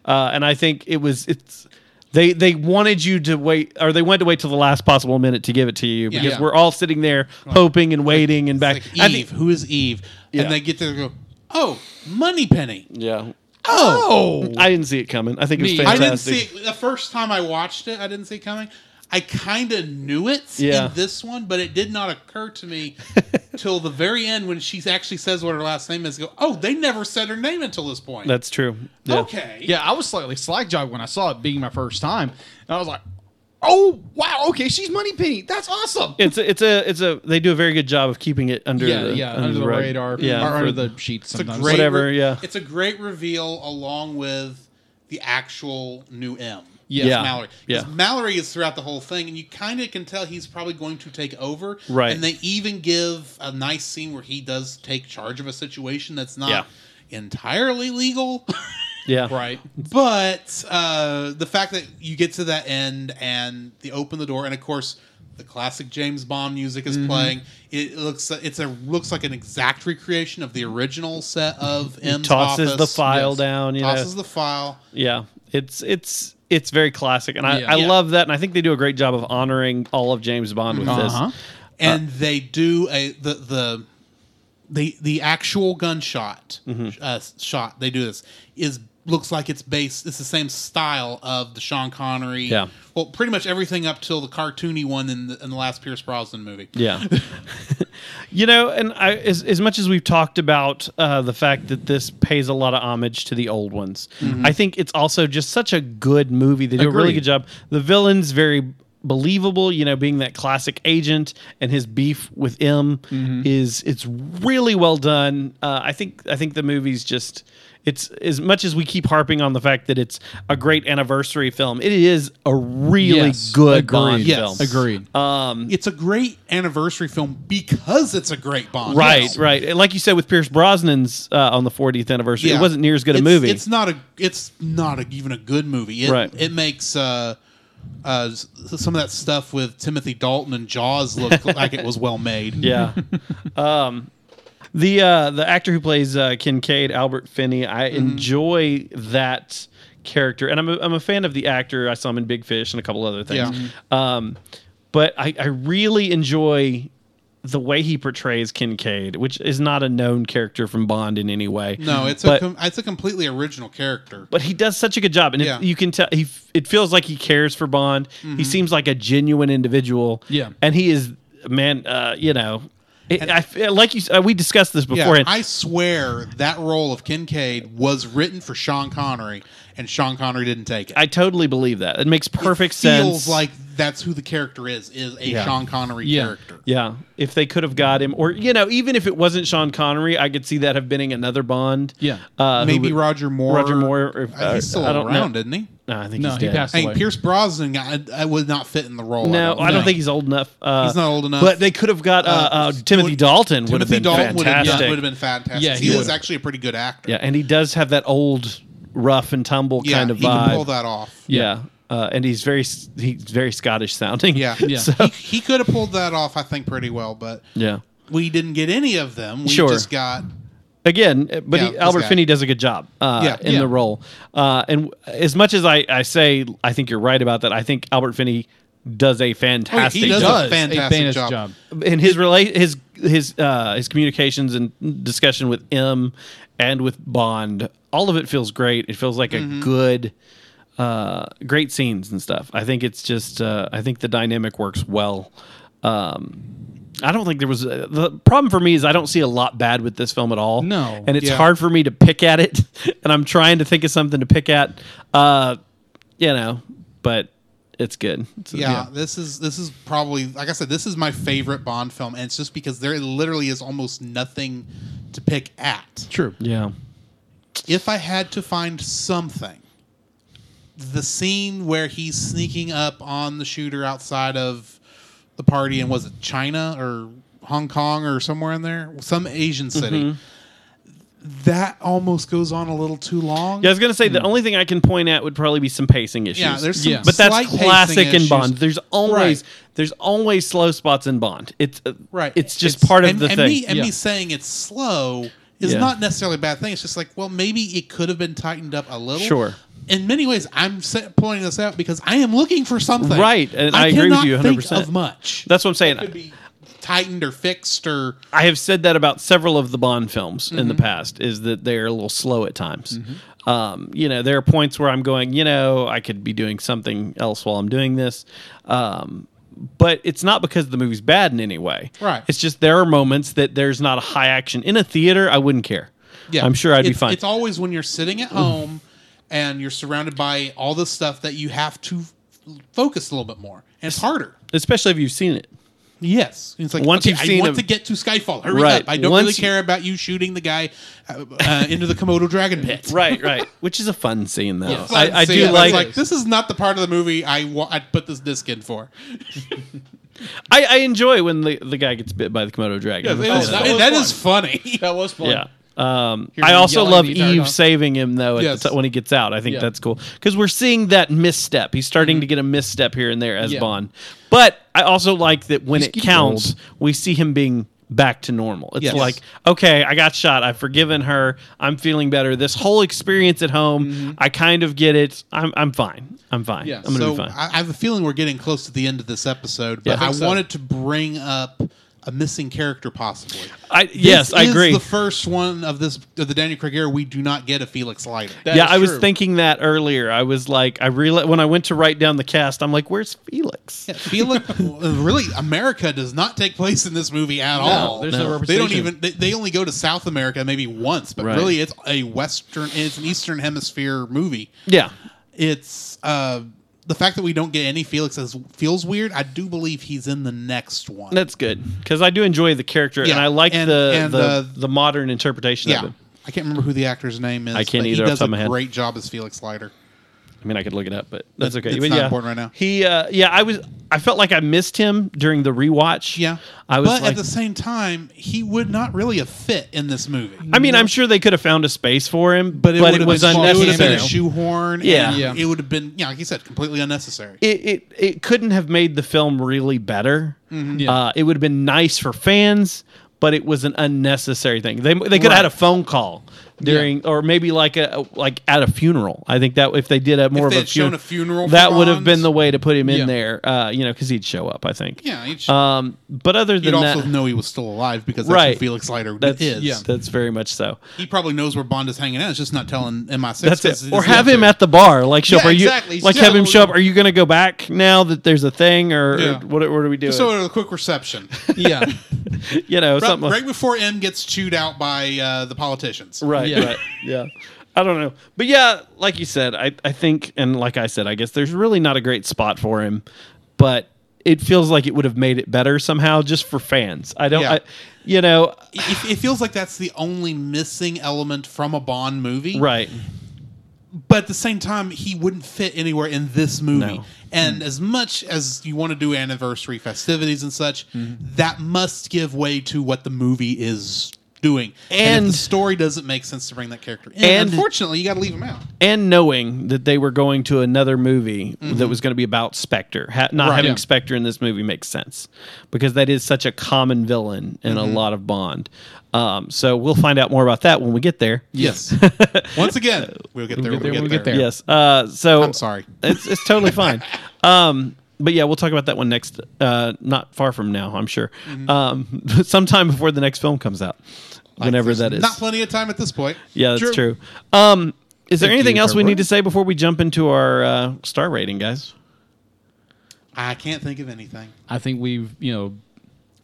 Speaker 4: uh, and I think it was it's they they wanted you to wait or they wanted to wait till the last possible minute to give it to you because
Speaker 6: Yeah.
Speaker 4: we're all sitting there hoping and waiting and back.
Speaker 6: Like
Speaker 4: I
Speaker 6: Eve,
Speaker 4: think-
Speaker 6: who is Eve?
Speaker 4: Yeah.
Speaker 6: And they get there and go, oh, Money Penny.
Speaker 4: yeah,
Speaker 6: Oh,
Speaker 4: I didn't see it coming. I think it was
Speaker 5: Me either.
Speaker 6: I
Speaker 4: fantastic.
Speaker 6: didn't see it the first time I watched it. I didn't see it coming. I kind of knew it
Speaker 4: Yeah.
Speaker 6: in this one, but it did not occur to me till the very end when she actually says what her last name is. Go, oh, they never said her name until this point.
Speaker 4: That's true. Yeah.
Speaker 5: Oh.
Speaker 6: okay.
Speaker 5: Yeah, I was slightly slackjawed when I saw it being my first time, and I was like, "Oh wow, okay, she's Moneypenny. That's awesome."
Speaker 4: It's a, it's a it's a they do a very good job of keeping it under
Speaker 5: yeah,
Speaker 4: the
Speaker 5: yeah, under, the
Speaker 4: rug.
Speaker 5: radar,
Speaker 4: yeah,
Speaker 5: or under
Speaker 4: for-
Speaker 5: the sheets.
Speaker 6: It's a
Speaker 5: Sometimes.
Speaker 6: great
Speaker 4: Whatever, yeah.
Speaker 6: It's a great reveal along with the actual new M.
Speaker 5: Yeah.
Speaker 6: It's
Speaker 4: Yeah.
Speaker 6: Mallory. 'Cause
Speaker 4: Yeah.
Speaker 6: Mallory is throughout the whole thing, and you kind of can tell he's probably going to take over.
Speaker 4: Right.
Speaker 6: And they even give a nice scene where he does take charge of a situation that's not
Speaker 4: Yeah.
Speaker 6: entirely legal.
Speaker 4: yeah,
Speaker 5: right?
Speaker 6: But uh, the fact that you get to that end and they open the door, and of course, the classic James Bond music
Speaker 4: Mm-hmm.
Speaker 6: is playing. It looks it's a looks like an exact recreation of the original set of M's
Speaker 4: tosses
Speaker 6: office.
Speaker 4: the file down, you know.
Speaker 6: tosses the file.
Speaker 4: Yeah, it's it's it's very classic, and I,
Speaker 5: Yeah.
Speaker 4: I
Speaker 5: Yeah.
Speaker 4: love that, and I think they do a great job of honoring all of James Bond with
Speaker 5: Uh-huh.
Speaker 4: this. Uh,
Speaker 6: and they do a the the
Speaker 4: Mm-hmm.
Speaker 6: the the actual gunshot uh, shot they do this is looks like it's based. It's the same style of the Sean Connery.
Speaker 4: Yeah.
Speaker 6: Well, pretty much everything up till the cartoony one in the, in the last Pierce Brosnan movie.
Speaker 4: Yeah. you know, and I, as, as much as we've talked about uh, the fact that this pays a lot of homage to the old ones, I think it's also just such a good movie. They do a really
Speaker 5: Mm-hmm. Agreed.
Speaker 4: good job. The villain's very believable, you know, being that classic agent and his beef with M
Speaker 5: Mm-hmm.
Speaker 4: is it's really well done. Uh, I think I think the movie's just it's as much as we keep harping on the fact that it's a great anniversary film, it is a really
Speaker 5: Yes.
Speaker 4: good
Speaker 5: Agreed.
Speaker 4: Bond
Speaker 6: Yes.
Speaker 4: film.
Speaker 5: Agreed.
Speaker 6: It's a great anniversary film because it's a great Bond.
Speaker 4: Right,
Speaker 6: film.
Speaker 4: right. Like you said with Pierce Brosnan's uh, on the 40th anniversary,
Speaker 6: Yeah.
Speaker 4: it wasn't near as good a
Speaker 6: It's-
Speaker 4: movie.
Speaker 6: It's not a. It's not a, even a good movie. It,
Speaker 4: Right.
Speaker 6: It makes uh, uh, s- some of that stuff with Timothy Dalton and Jaws look like it was well made.
Speaker 4: yeah. um, the uh, the actor who plays uh, Kincaid, Albert Finney, I
Speaker 6: Mm-hmm.
Speaker 4: enjoy that character, and I'm a, I'm a fan of the actor. I saw him in Big Fish and a couple other things.
Speaker 6: Yeah.
Speaker 4: Um, but I, I really enjoy the way he portrays Kincaid, which is not a known character from Bond in any way.
Speaker 6: No, it's a
Speaker 4: But-
Speaker 6: com- it's a completely original character.
Speaker 4: but he does such a good job, and it-
Speaker 6: Yeah. Mm-hmm.
Speaker 4: you can tell he. f- It feels like he cares for Bond. He seems like a genuine individual.
Speaker 5: Yeah.
Speaker 4: and he is man. Uh, you know, it, I feel like you. s- Uh, we discussed this beforehand.
Speaker 6: I swear that role of Kincaid was written for Sean Connery, and Sean Connery didn't take it.
Speaker 4: I, totally believe that. It makes perfect
Speaker 6: it
Speaker 4: sense.
Speaker 6: Feels like that's who the character is. Is a
Speaker 4: Yeah.
Speaker 6: Sean Connery
Speaker 5: Yeah.
Speaker 6: character.
Speaker 4: Yeah, if they could have got him, or you know, even if it wasn't Sean Connery, I could see that have been another Bond.
Speaker 5: Yeah.
Speaker 4: uh, who
Speaker 6: Maybe
Speaker 4: would-
Speaker 6: Roger Moore.
Speaker 4: Roger Moore, or-
Speaker 6: Uh, he's still
Speaker 4: I don't know.
Speaker 6: around, isn't he?
Speaker 4: No, I think
Speaker 5: No,
Speaker 4: he's
Speaker 5: he
Speaker 4: dead.
Speaker 5: passed.
Speaker 6: Hey,
Speaker 5: Away.
Speaker 6: Pierce Brosnan, I, I would not fit in the role.
Speaker 4: No, I don't
Speaker 6: think.
Speaker 4: think he's old enough. Uh,
Speaker 6: He's not old enough.
Speaker 4: But they could have got uh, uh, Timothy
Speaker 6: would-
Speaker 4: Dalton. would have
Speaker 6: Timothy
Speaker 4: been
Speaker 6: Dalton would have,
Speaker 4: fantastic.
Speaker 6: done- would have been fantastic.
Speaker 5: Yeah,
Speaker 6: he,
Speaker 5: he
Speaker 6: was
Speaker 5: would.
Speaker 6: actually a pretty good actor.
Speaker 4: Yeah, and he does have that old rough and tumble
Speaker 6: Yeah,
Speaker 4: kind of
Speaker 6: he
Speaker 4: vibe.
Speaker 6: can pull that off.
Speaker 4: Yeah. Uh, and he's very s- he's very Scottish sounding.
Speaker 6: Yeah,
Speaker 5: Yeah.
Speaker 4: So,
Speaker 6: He, he could have pulled that off, I think, pretty well. But
Speaker 4: yeah.
Speaker 6: we didn't get any of them. We
Speaker 4: Sure.
Speaker 6: just got
Speaker 4: Again, uh, but
Speaker 6: Yeah,
Speaker 4: he,
Speaker 6: this
Speaker 4: Albert
Speaker 6: guy.
Speaker 4: Finney does a good job uh,
Speaker 6: Yeah,
Speaker 4: in
Speaker 6: yeah.
Speaker 4: the role. Uh, and w- as much as I, I say, I think you're right about that. I think Albert Finney does a fantastic
Speaker 6: Oh, does
Speaker 4: job.
Speaker 5: Does a
Speaker 6: fantastic job.
Speaker 4: in his relate his his uh, his communications and discussion with M and with Bond, all of it feels great. It feels like
Speaker 6: Mm-hmm.
Speaker 4: a good, uh, great scenes and stuff. I think it's just uh, I think the dynamic works well. Um, I don't think there was a, the problem for me is I don't see a lot bad with this film at all.
Speaker 5: No.
Speaker 4: and it's
Speaker 6: Yeah.
Speaker 4: hard for me to pick at it, and I'm trying to think of something to pick at. Uh, you know, but it's good. It's-
Speaker 6: yeah, This is this is probably like I said. This is my favorite Bond film, and it's just because there literally is almost nothing to pick at.
Speaker 5: True.
Speaker 4: yeah,
Speaker 6: If I had to find something, the scene where he's sneaking up on the shooter outside of the party and was it China or Hong Kong or somewhere in there, some Asian
Speaker 4: Mm-hmm.
Speaker 6: city. That almost goes on a little too long.
Speaker 4: Yeah, I was gonna say the only thing I can point at would probably be some pacing issues.
Speaker 6: Hmm. Yeah, there's some
Speaker 5: Yeah.
Speaker 4: but that's
Speaker 6: slight pacing
Speaker 4: classic in
Speaker 6: issues.
Speaker 4: Bond. There's always
Speaker 6: Right.
Speaker 4: there's always slow spots in Bond. It's uh,
Speaker 6: Right.
Speaker 4: It's just part of
Speaker 6: and,
Speaker 4: the
Speaker 6: and
Speaker 4: thing.
Speaker 6: Me, and
Speaker 5: Yeah.
Speaker 6: me saying it's slow is
Speaker 4: Yeah.
Speaker 6: not necessarily a bad thing. It's just like, well, maybe it could have been tightened up a little.
Speaker 4: Sure.
Speaker 6: In many ways, I'm sa- pointing this out because I am looking for something.
Speaker 4: Right, and I agree with
Speaker 6: cannot
Speaker 4: you
Speaker 6: Think
Speaker 4: 100%.
Speaker 6: of much
Speaker 4: that's what I'm saying.
Speaker 6: could be tightened or fixed or
Speaker 4: I have said that about several of the Bond films in the past is that they're a little slow at times. Um, you know, there are points where I'm going, you know, I could be doing something else while I'm doing this. Um, but it's not because the movie's bad in any way.
Speaker 6: Right.
Speaker 4: It's just there are moments that there's not a high action in a theater. I wouldn't care.
Speaker 6: Yeah,
Speaker 4: I'm sure I'd be
Speaker 6: It's-
Speaker 4: fine.
Speaker 6: It's always when you're sitting at home and you're surrounded by all this stuff that you have to f- focus a little bit more, and it's harder.
Speaker 4: especially if you've seen it.
Speaker 6: Yes, it's like
Speaker 4: Once
Speaker 6: okay,
Speaker 4: you've seen
Speaker 6: I want
Speaker 4: a-
Speaker 6: to get to Skyfall. Hurry
Speaker 4: Right.
Speaker 6: up! I don't
Speaker 4: Once
Speaker 6: really
Speaker 4: you-
Speaker 6: care about you shooting the guy uh, uh, into the Komodo dragon pit.
Speaker 4: Right, right. Which is a fun scene, though.
Speaker 6: It's like,
Speaker 4: I, I
Speaker 6: see,
Speaker 4: do
Speaker 6: it's
Speaker 4: like.
Speaker 6: This is not the part of the movie I wa- I put this disc in for.
Speaker 4: I, I enjoy when the, the guy gets bit by the Komodo dragon.
Speaker 5: it is-
Speaker 4: Yeah.
Speaker 5: that was
Speaker 6: that
Speaker 5: fun.
Speaker 6: is funny.
Speaker 5: That was fun.
Speaker 4: yeah. Um,
Speaker 5: Hear
Speaker 4: I
Speaker 5: him
Speaker 4: also
Speaker 5: yelling
Speaker 4: love
Speaker 5: the entire
Speaker 4: Eve
Speaker 5: time.
Speaker 4: saving him though at the
Speaker 6: Yes.
Speaker 4: ti- when he gets out. I think
Speaker 5: Yeah. Mm-hmm.
Speaker 4: that's cool because we're seeing that misstep. He's starting to get a misstep here and there as
Speaker 5: Yeah.
Speaker 4: Bond. But I also like that when
Speaker 5: He's
Speaker 4: it
Speaker 5: getting
Speaker 4: counts, we see him being back to normal. It's
Speaker 6: Yes.
Speaker 4: like, okay, I got shot. I've forgiven her. I'm feeling better. This whole experience at home, I kind of get it. I'm I'm fine. I'm fine.
Speaker 5: Mm-hmm. Yeah.
Speaker 4: I'm gonna
Speaker 6: so
Speaker 4: be fine.
Speaker 6: I, I have a feeling we're getting close to the end of this episode, but
Speaker 4: Yeah. I
Speaker 6: I,
Speaker 4: think
Speaker 5: so.
Speaker 6: wanted to bring up a missing character possibly.
Speaker 4: I yes,
Speaker 6: This
Speaker 4: I
Speaker 6: is
Speaker 4: agree.
Speaker 6: The first one of this of the Daniel Craig era, we do not get a Felix Leiter.
Speaker 5: That
Speaker 4: yeah,
Speaker 5: is
Speaker 4: I was
Speaker 5: true.
Speaker 4: thinking that earlier. I was like, I realized when I went to write down the cast, I'm like, where's Felix?
Speaker 6: Felix, really, America does not take place in this movie at all.
Speaker 5: there's no
Speaker 6: they don't
Speaker 5: representation.
Speaker 6: even. They, they only go to South America maybe once, but
Speaker 4: Right.
Speaker 6: really, it's a Western. It's an Eastern Hemisphere movie.
Speaker 4: Yeah,
Speaker 6: It's uh, the fact that we don't get any Felix is, feels weird. I do believe he's in the next one.
Speaker 4: that's good because I do enjoy the character and
Speaker 6: Yeah,
Speaker 4: I like
Speaker 6: and-
Speaker 4: the
Speaker 6: and,
Speaker 4: the,
Speaker 6: uh,
Speaker 4: the modern interpretation
Speaker 6: yeah,
Speaker 4: of it.
Speaker 6: I can't remember who the actor's name is.
Speaker 4: I can't
Speaker 6: but
Speaker 4: either
Speaker 6: He
Speaker 4: off
Speaker 6: does
Speaker 4: the top of my
Speaker 6: a
Speaker 4: head.
Speaker 6: great job as Felix Leiter.
Speaker 4: I mean, I could look it up, but that's okay.
Speaker 6: it's
Speaker 4: But
Speaker 6: not
Speaker 4: yeah.
Speaker 6: important right now.
Speaker 4: He, uh, yeah, I was, I felt like I missed him during the rewatch.
Speaker 6: Yeah,
Speaker 4: I was
Speaker 6: but
Speaker 4: like,
Speaker 6: at the same time, he would not really have fit in this movie.
Speaker 4: I mean, I'm sure they could have found a space for him, but it,
Speaker 6: would have
Speaker 4: was
Speaker 6: been- It would have been
Speaker 4: unnecessary.
Speaker 6: a shoehorn.
Speaker 4: Yeah.
Speaker 6: and
Speaker 5: Yeah.
Speaker 6: it would have been, yeah, like you said, completely unnecessary.
Speaker 4: it, it it couldn't have made the film really better.
Speaker 6: Mm-hmm.
Speaker 5: Yeah.
Speaker 4: Uh, it would have been nice for fans, but it was an unnecessary thing. They they could have had a phone call during, or maybe like a like at a funeral. I think that if they did a more of
Speaker 6: they
Speaker 4: a,
Speaker 6: had shown
Speaker 4: fu-
Speaker 6: a funeral for
Speaker 4: that would have
Speaker 6: Bonds.
Speaker 4: been the way to put him in
Speaker 5: Yeah.
Speaker 4: there. Uh, you know, because he'd show up. I think.
Speaker 6: yeah, you'd,
Speaker 4: Um, but other
Speaker 6: you'd
Speaker 4: than
Speaker 6: also
Speaker 4: that,
Speaker 6: know he was still alive because that's
Speaker 4: Right.
Speaker 6: who Felix Leiter
Speaker 4: that's
Speaker 6: is.
Speaker 5: yeah.
Speaker 4: that's very much so.
Speaker 6: He probably knows where Bond is hanging out. It's just not telling
Speaker 4: That's
Speaker 6: MI6. 'cause
Speaker 4: it.
Speaker 6: it's
Speaker 4: Or
Speaker 6: the
Speaker 4: have him
Speaker 6: other-
Speaker 4: at the bar, like show up.
Speaker 5: Yeah,
Speaker 4: Are you
Speaker 5: exactly.
Speaker 4: like
Speaker 5: Yeah.
Speaker 4: have him show up? Are you going to go back now that there's a thing, or,
Speaker 6: Yeah.
Speaker 4: or what? What are we doing?
Speaker 6: So at a quick reception,
Speaker 5: Yeah.
Speaker 4: you know,
Speaker 6: right,
Speaker 4: something like-
Speaker 6: right before M gets chewed out by uh, the politicians.
Speaker 4: Right,
Speaker 5: Yeah.
Speaker 4: right. Yeah. I don't know. But yeah, like you said, I, I think, and like I said, I guess there's really not a great spot for him, but it feels like it would have made it better somehow just for fans. I don't,
Speaker 6: Yeah.
Speaker 4: I, you know,
Speaker 6: It, it feels like that's the only missing element from a Bond movie.
Speaker 4: right.
Speaker 6: but at the same time, he wouldn't fit anywhere in this movie.
Speaker 4: No.
Speaker 6: And as much as you want to do anniversary festivities and such, that must give way to what the movie is doing. if
Speaker 4: And-
Speaker 6: the story doesn't make sense to bring that character in.
Speaker 4: And-
Speaker 6: unfortunately, you got to leave him out.
Speaker 4: And knowing that they were going to another movie that was going to be about Spectre, ha- not having
Speaker 5: Yeah.
Speaker 4: Spectre in this movie makes sense because that is such a common villain in a lot of Bond. Um, so we'll find out more about that when we get there.
Speaker 6: Yes. Once again, we'll get there. We'll get there.
Speaker 5: we'll get there.
Speaker 4: Yes. Uh, so
Speaker 6: I'm sorry.
Speaker 4: It's it's totally fine. Um, but yeah, we'll talk about that one next, uh, not far from now, I'm sure.
Speaker 6: Mm-hmm.
Speaker 4: Um, sometime before the next film comes out, whenever
Speaker 6: There's
Speaker 4: that is.
Speaker 6: Not plenty of time at this point.
Speaker 4: yeah, that's
Speaker 5: True.
Speaker 4: true. Um, is there
Speaker 5: Thank
Speaker 4: anything
Speaker 5: you
Speaker 4: else
Speaker 5: for
Speaker 4: we
Speaker 5: running.
Speaker 4: need to say before we jump into our uh, star rating, guys?
Speaker 6: I can't think of anything.
Speaker 5: I think we've, you know,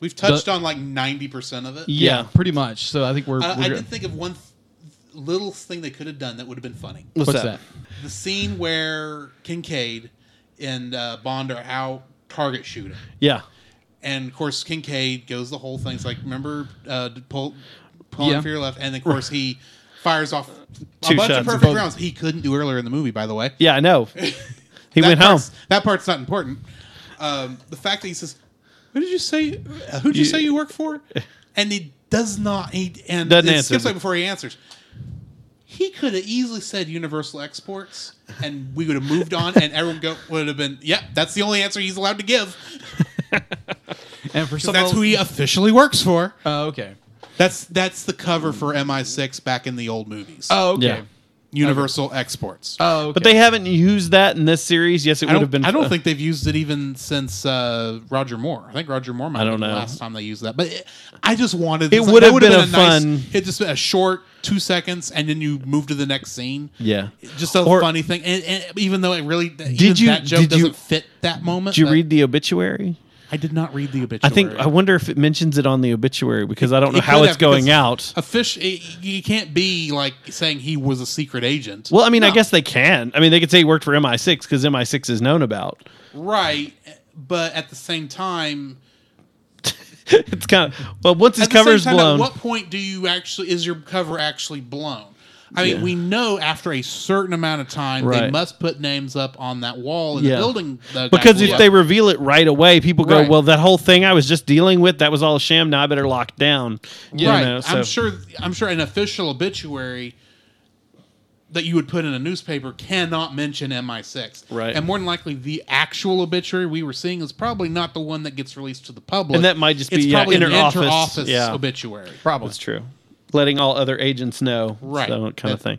Speaker 6: We've touched on like 90% of it.
Speaker 5: yeah,
Speaker 4: Yeah.
Speaker 5: pretty much. So I think we're.
Speaker 6: I,
Speaker 5: we're
Speaker 6: I
Speaker 5: good.
Speaker 6: did think of one th- little thing they could have done that would have been funny.
Speaker 5: What's
Speaker 4: What's that?
Speaker 5: that?
Speaker 6: the scene where Kincaid and uh, Bond are out target shooting,
Speaker 4: Yeah.
Speaker 6: and of course Kincaid goes the whole thing. It's like remember uh, pull, pulling
Speaker 5: Yeah.
Speaker 6: for your left, and of course he fires off a
Speaker 4: Two
Speaker 6: bunch
Speaker 4: shots.
Speaker 6: of perfect rounds. He couldn't do earlier in the movie, by the way.
Speaker 4: Yeah, I know. He
Speaker 6: That
Speaker 4: went home.
Speaker 6: part's- That part's not important. Um, the fact that he says, "Who did you say? Who did you, say you work for?" and he does not. He and
Speaker 4: Doesn't
Speaker 6: it
Speaker 4: answer.
Speaker 6: skips right before he answers. He could have easily said Universal Exports, and we would have moved on, and everyone go, would have been, "Yep, that's the only answer he's allowed to give.
Speaker 5: And for some,
Speaker 6: That's who he officially works for.
Speaker 5: Oh, okay.
Speaker 6: That's that's the cover for MI6 back in the old movies.
Speaker 5: Oh, okay.
Speaker 4: Yeah.
Speaker 6: Universal Exports.
Speaker 5: Oh, okay.
Speaker 4: But they haven't used that in this series. Yes, it
Speaker 6: I
Speaker 4: would
Speaker 6: don't,
Speaker 4: have been.
Speaker 6: I don't
Speaker 4: uh,
Speaker 6: think they've used it even since uh, Roger Moore. I think Roger Moore might
Speaker 4: I
Speaker 6: have
Speaker 4: don't
Speaker 6: been the
Speaker 4: know.
Speaker 6: last time they used that. But it, I just wanted
Speaker 4: It
Speaker 6: that
Speaker 4: would have
Speaker 6: would
Speaker 4: been a fun-
Speaker 6: Nice, it just been a short two seconds, and then you move to the next scene.
Speaker 4: Yeah.
Speaker 6: just a
Speaker 4: Or-
Speaker 6: funny thing. And, and even though it really even
Speaker 4: you-
Speaker 6: that joke
Speaker 4: did you-
Speaker 6: doesn't fit that moment.
Speaker 4: Did you
Speaker 6: but
Speaker 4: read the obituary?
Speaker 6: I did not read the
Speaker 4: I
Speaker 6: obituary.
Speaker 4: think. I wonder if it mentions it on the obituary because I don't know
Speaker 6: It
Speaker 4: how it's
Speaker 6: could have, because
Speaker 4: going out.
Speaker 6: A fish. It, you can't be like saying he was a secret agent.
Speaker 4: Well, I mean, I
Speaker 6: No.
Speaker 4: guess they can. I mean, they could say he worked for MI6 because MI6 is known about.
Speaker 6: right, but at the same time.
Speaker 4: It's kind of well. Once his
Speaker 6: At the same
Speaker 4: cover is
Speaker 6: time,
Speaker 4: blown,
Speaker 6: At what point do you actually is your cover actually blown? I mean, we know after a certain amount of time they
Speaker 4: Right.
Speaker 6: must put names up on that wall in
Speaker 4: Yeah.
Speaker 6: the building. the guy
Speaker 4: because
Speaker 6: blew
Speaker 4: if
Speaker 6: up.
Speaker 4: they reveal it right away, people go,
Speaker 6: Right.
Speaker 4: "Well, that whole thing I was just dealing with that was all a sham. Now I better lock down." You
Speaker 6: right,
Speaker 4: know, so-
Speaker 6: I'm sure. I'm sure an official obituary that you would put in a newspaper cannot mention MI6.
Speaker 4: Right.
Speaker 6: and more than likely, the actual obituary we were seeing is probably not the one that gets released to the public.
Speaker 4: And that might just
Speaker 6: it's
Speaker 4: be, yeah,
Speaker 6: probably an
Speaker 4: inter-office,
Speaker 6: inter-office
Speaker 4: yeah.
Speaker 6: obituary.
Speaker 5: Probably.
Speaker 4: That's true. Letting all other agents know,
Speaker 6: Right.
Speaker 4: So, kind of
Speaker 6: That-
Speaker 4: thing.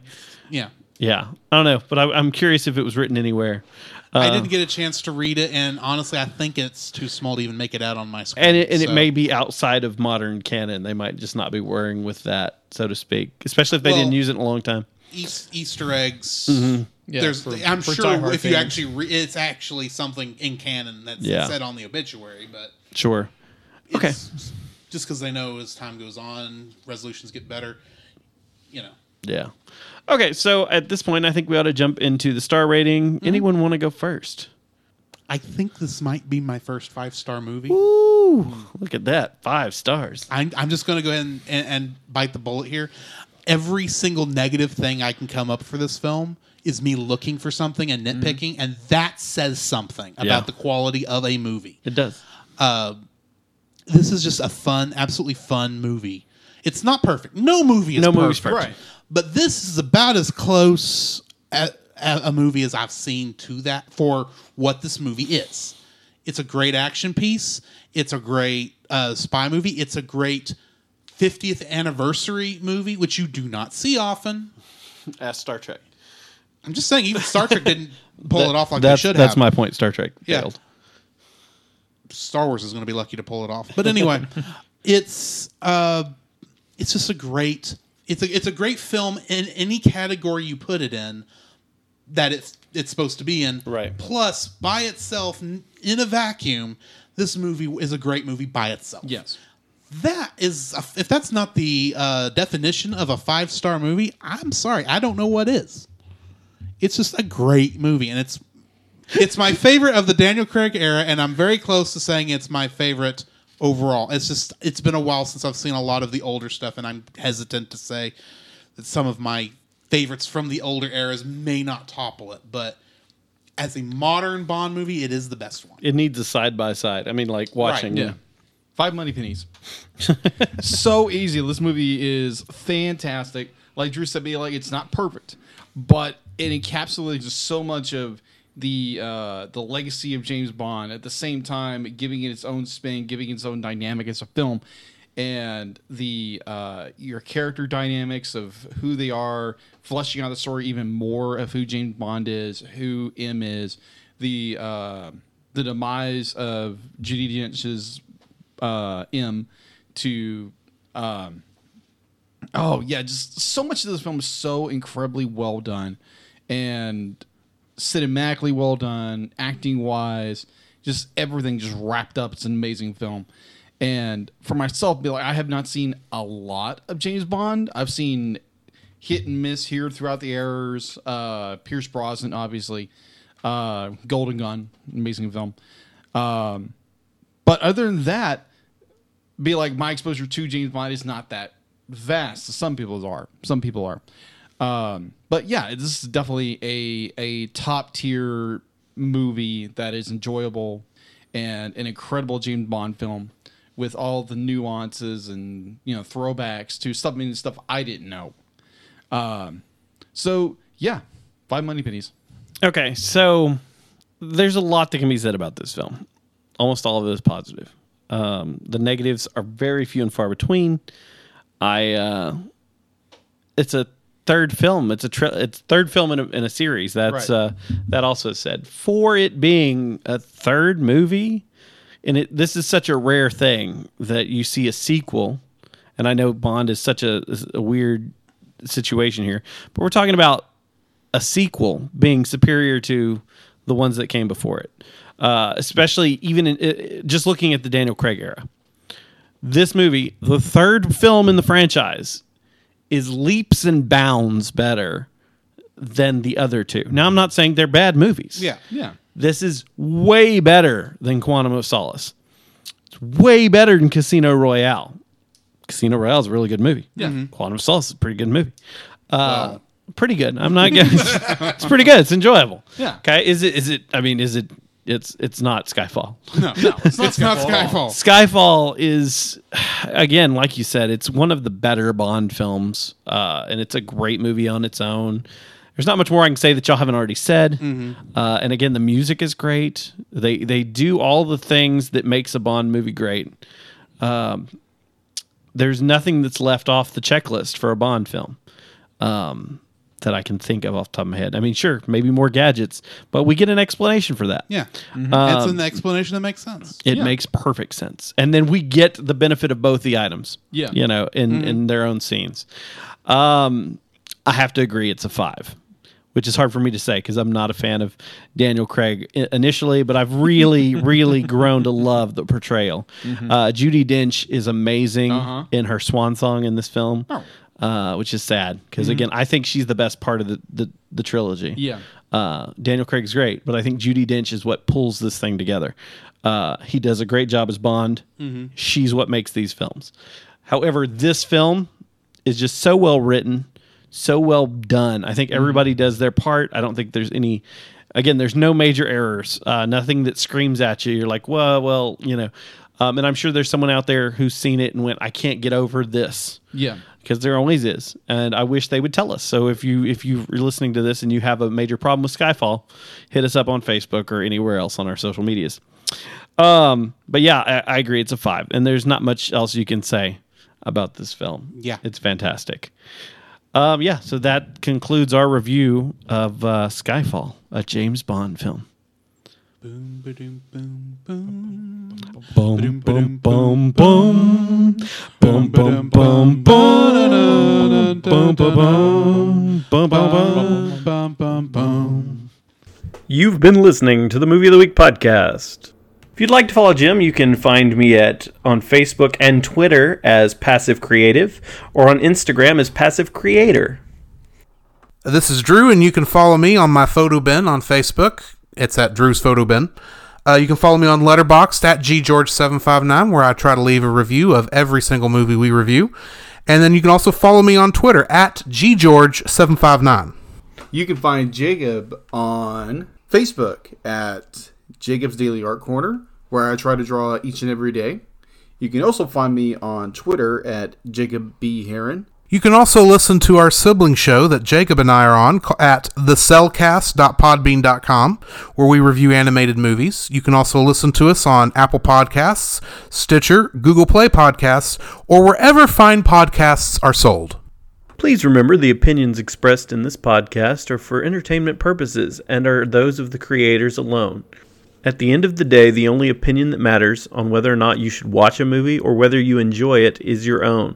Speaker 6: Yeah.
Speaker 4: Yeah, I don't know, but I, I'm curious if it was written anywhere.
Speaker 6: I
Speaker 4: Uh,
Speaker 6: didn't get a chance to read it, and honestly, I think it's too small to even make it out on my screen.
Speaker 4: and it, and
Speaker 6: so-
Speaker 4: it may be outside of modern canon. They might just not be worrying with that, so to speak. Especially if they
Speaker 6: Well-
Speaker 4: didn't use it in a long time.
Speaker 6: Eas- Easter eggs.
Speaker 4: Mm-hmm.
Speaker 7: Yeah,
Speaker 6: There's,
Speaker 7: for-
Speaker 6: I'm
Speaker 7: for
Speaker 6: sure
Speaker 7: diehard
Speaker 6: if you
Speaker 7: fans.
Speaker 6: actually, re- it's actually something in canon that's
Speaker 4: Yeah.
Speaker 6: said on the obituary, but
Speaker 4: Sure. Okay.
Speaker 6: it's- just because they know as time goes on, resolutions get better. You know,
Speaker 4: Yeah. Okay. So at this point, I think we ought to jump into the star rating. Anyone want to go first?
Speaker 6: I think this might be my first five star movie.
Speaker 4: Ooh, look at that! Five stars.
Speaker 6: I'm, I'm just going to go ahead and, and, and bite the bullet here. Every single negative thing I can come up for this film is me looking for something and nitpicking, and that says something about
Speaker 4: Yeah.
Speaker 6: the quality of a movie.
Speaker 4: It does.
Speaker 6: This is just a fun, absolutely fun movie. It's not perfect. No movie is
Speaker 4: No
Speaker 6: perfect.
Speaker 4: movie's perfect.
Speaker 7: Right.
Speaker 6: But this is about as close a, a, a movie as I've seen to that for what this movie is. It's a great action piece. It's a great uh, spy movie. It's a great 50th anniversary movie, which you do not see often.
Speaker 4: Ask Star Trek.
Speaker 6: I'm just saying, even Star Trek didn't pull it off like they
Speaker 4: that's
Speaker 6: should
Speaker 4: that's
Speaker 6: have.
Speaker 4: my point. Star Trek
Speaker 6: Yeah.
Speaker 4: failed.
Speaker 6: Star Wars is going to be lucky to pull it off. But anyway, it's uh, it's just a great it's a it's a great film in any category you put it in that it's it's supposed to be in.
Speaker 4: Right.
Speaker 6: Plus, by itself n- in a vacuum, this movie is a great movie by itself.
Speaker 7: Yes.
Speaker 6: That is a- if that's not the uh, definition of a five star movie, I'm sorry, I don't know what is. It's just a great movie, and it's it's my favorite of the Daniel Craig era, and I'm very close to saying it's my favorite overall. It's just it's been a while since I've seen a lot of the older stuff, and I'm hesitant to say that some of my favorites from the older eras may not topple it, but as a modern Bond movie, it is the best one.
Speaker 4: It needs a side by side. I mean, like watching.
Speaker 7: Yeah. Five money pennies. so easy. This movie is fantastic. Like Drew said, be like it's not perfect, but it encapsulates just so much of the uh, the legacy of James Bond. At the same time, giving it its own spin, giving it its own dynamic as a film, and the uh, your character dynamics of who they are, fleshing out the story even more of who James Bond is, who M is, the uh, the demise of Judy Dench's uh, M to um, oh yeah, just so much of this film is so incredibly well done and cinematically well done, acting wise, just everything just wrapped up. It's an amazing film. And for myself, be like I have not seen a lot of James Bond. I've seen hit and miss here throughout the errors. Uh, Pierce Brosnan, obviously, uh, Golden Gun, amazing film. Um, but other than that, be like my exposure to James Bond is not that vast. Some people are. Some people are. Um, but yeah, this is definitely a a top tier movie that is enjoyable and an incredible James Bond film with all the nuances and you know throwbacks to stuff I mean, stuff I didn't know. Um, so yeah, five money pennies.
Speaker 4: Okay, so there's a lot that can be said about this film. Almost all of it is positive. Um, the negatives are very few and far between. I, uh, it's a third film. It's a tri- it's third film in a, in a series. That's
Speaker 7: Right.
Speaker 4: uh, that also said for it being a third movie, and it this is such a rare thing that you see a sequel. And I know Bond is such a, is a weird situation here, but we're talking about a sequel being superior to the ones that came before it. Uh, especially even in, i- i- just looking at the Daniel Craig era. This movie, the third film in the franchise, is leaps and bounds better than the other two. Now, I'm not saying they're bad movies.
Speaker 6: Yeah.
Speaker 7: Yeah.
Speaker 4: This is way better than Quantum of Solace. It's way better than Casino Royale. Casino Royale is a really good movie. Yeah. Quantum of Solace is a pretty good movie. Uh, Pretty good. I'm not. it's pretty good. It's enjoyable.
Speaker 7: Yeah.
Speaker 4: Okay. Is it? Is it? I mean, is it? It's. It's not Skyfall.
Speaker 6: No, no, it's not Skyfall.
Speaker 4: Skyfall is, again, like you said, it's one of the better Bond films, uh, and it's a great movie on its own. There's not much more I can say that y'all haven't already said. Uh, and again, the music is great. They they do all the things that makes a Bond movie great. Um, there's nothing that's left off the checklist for a Bond film. Um, that I can think of off the top of my head. I mean, sure, maybe more gadgets, but we get an explanation for that.
Speaker 6: Yeah, it's an explanation that makes sense.
Speaker 4: It makes perfect sense. And then we get the benefit of both the items.
Speaker 5: Yeah.
Speaker 4: You know, in, in their own scenes. Um, I have to agree, it's a five, which is hard for me to say because I'm not a fan of Daniel Craig i- initially, but I've really, really grown to love the portrayal. Uh, Judy Dench is amazing in her swan song in this film, uh, which is sad because, again, I think she's the best part of the, the, the trilogy
Speaker 5: Yeah.
Speaker 4: uh, Daniel Craig's great, but I think Judy Dench is what pulls this thing together. Uh, he does a great job as Bond. She's what makes these films. However, this film is just so well written, so well done. I think everybody does their part. I don't think there's any. Again, there's no major errors. Uh, nothing that screams at you. You're like, well, well, you know. Um, and I'm sure there's someone out there who's seen it and went, I can't get over this
Speaker 5: Yeah.
Speaker 4: because there always is and i wish they would tell us so if you if you're listening to this and you have a major problem with skyfall hit us up on facebook or anywhere else on our social medias um but yeah i, I agree it's a five and there's not much else you can say about this film
Speaker 6: Yeah.
Speaker 4: it's fantastic um yeah so that concludes our review of uh, skyfall a james bond film
Speaker 6: Boom, ba-doom, boom, boom.
Speaker 4: boom boom boom boom boom boom boom boom boom boom boom boom boom
Speaker 6: Bum, bum, bum, bum.
Speaker 1: You've been listening to the Movie of the Week podcast. If you'd like to follow Jim, you can find me at on Facebook and Twitter as Passive Creative, or on Instagram as Passive Creator.
Speaker 2: This is Drew, and you can follow me on my photo bin on Facebook. It's at Drew's Photo Bin. Uh, you can follow me on Letterboxd at ggeorge759, where I try to leave a review of every single movie we review. And then you can also follow me on Twitter at ggeorge759.
Speaker 3: You can find Jacob on Facebook at Jacob's Daily Art Corner, where I try to draw each and every day. You can also find me on Twitter at Jacob B. Heron.
Speaker 2: You can also listen to our sibling show that Jacob and I are on ca- at thecellcast.podbean.com, where we review animated movies. You can also listen to us on Apple Podcasts, Stitcher, Google Play Podcasts, or wherever fine podcasts are sold.
Speaker 1: Please remember the opinions expressed in this podcast are for entertainment purposes and are those of the creators alone. At the end of the day, the only opinion that matters on whether or not you should watch a movie or whether you enjoy it is your own.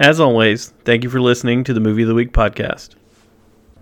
Speaker 1: As always, thank you for listening to the Movie of the Week podcast.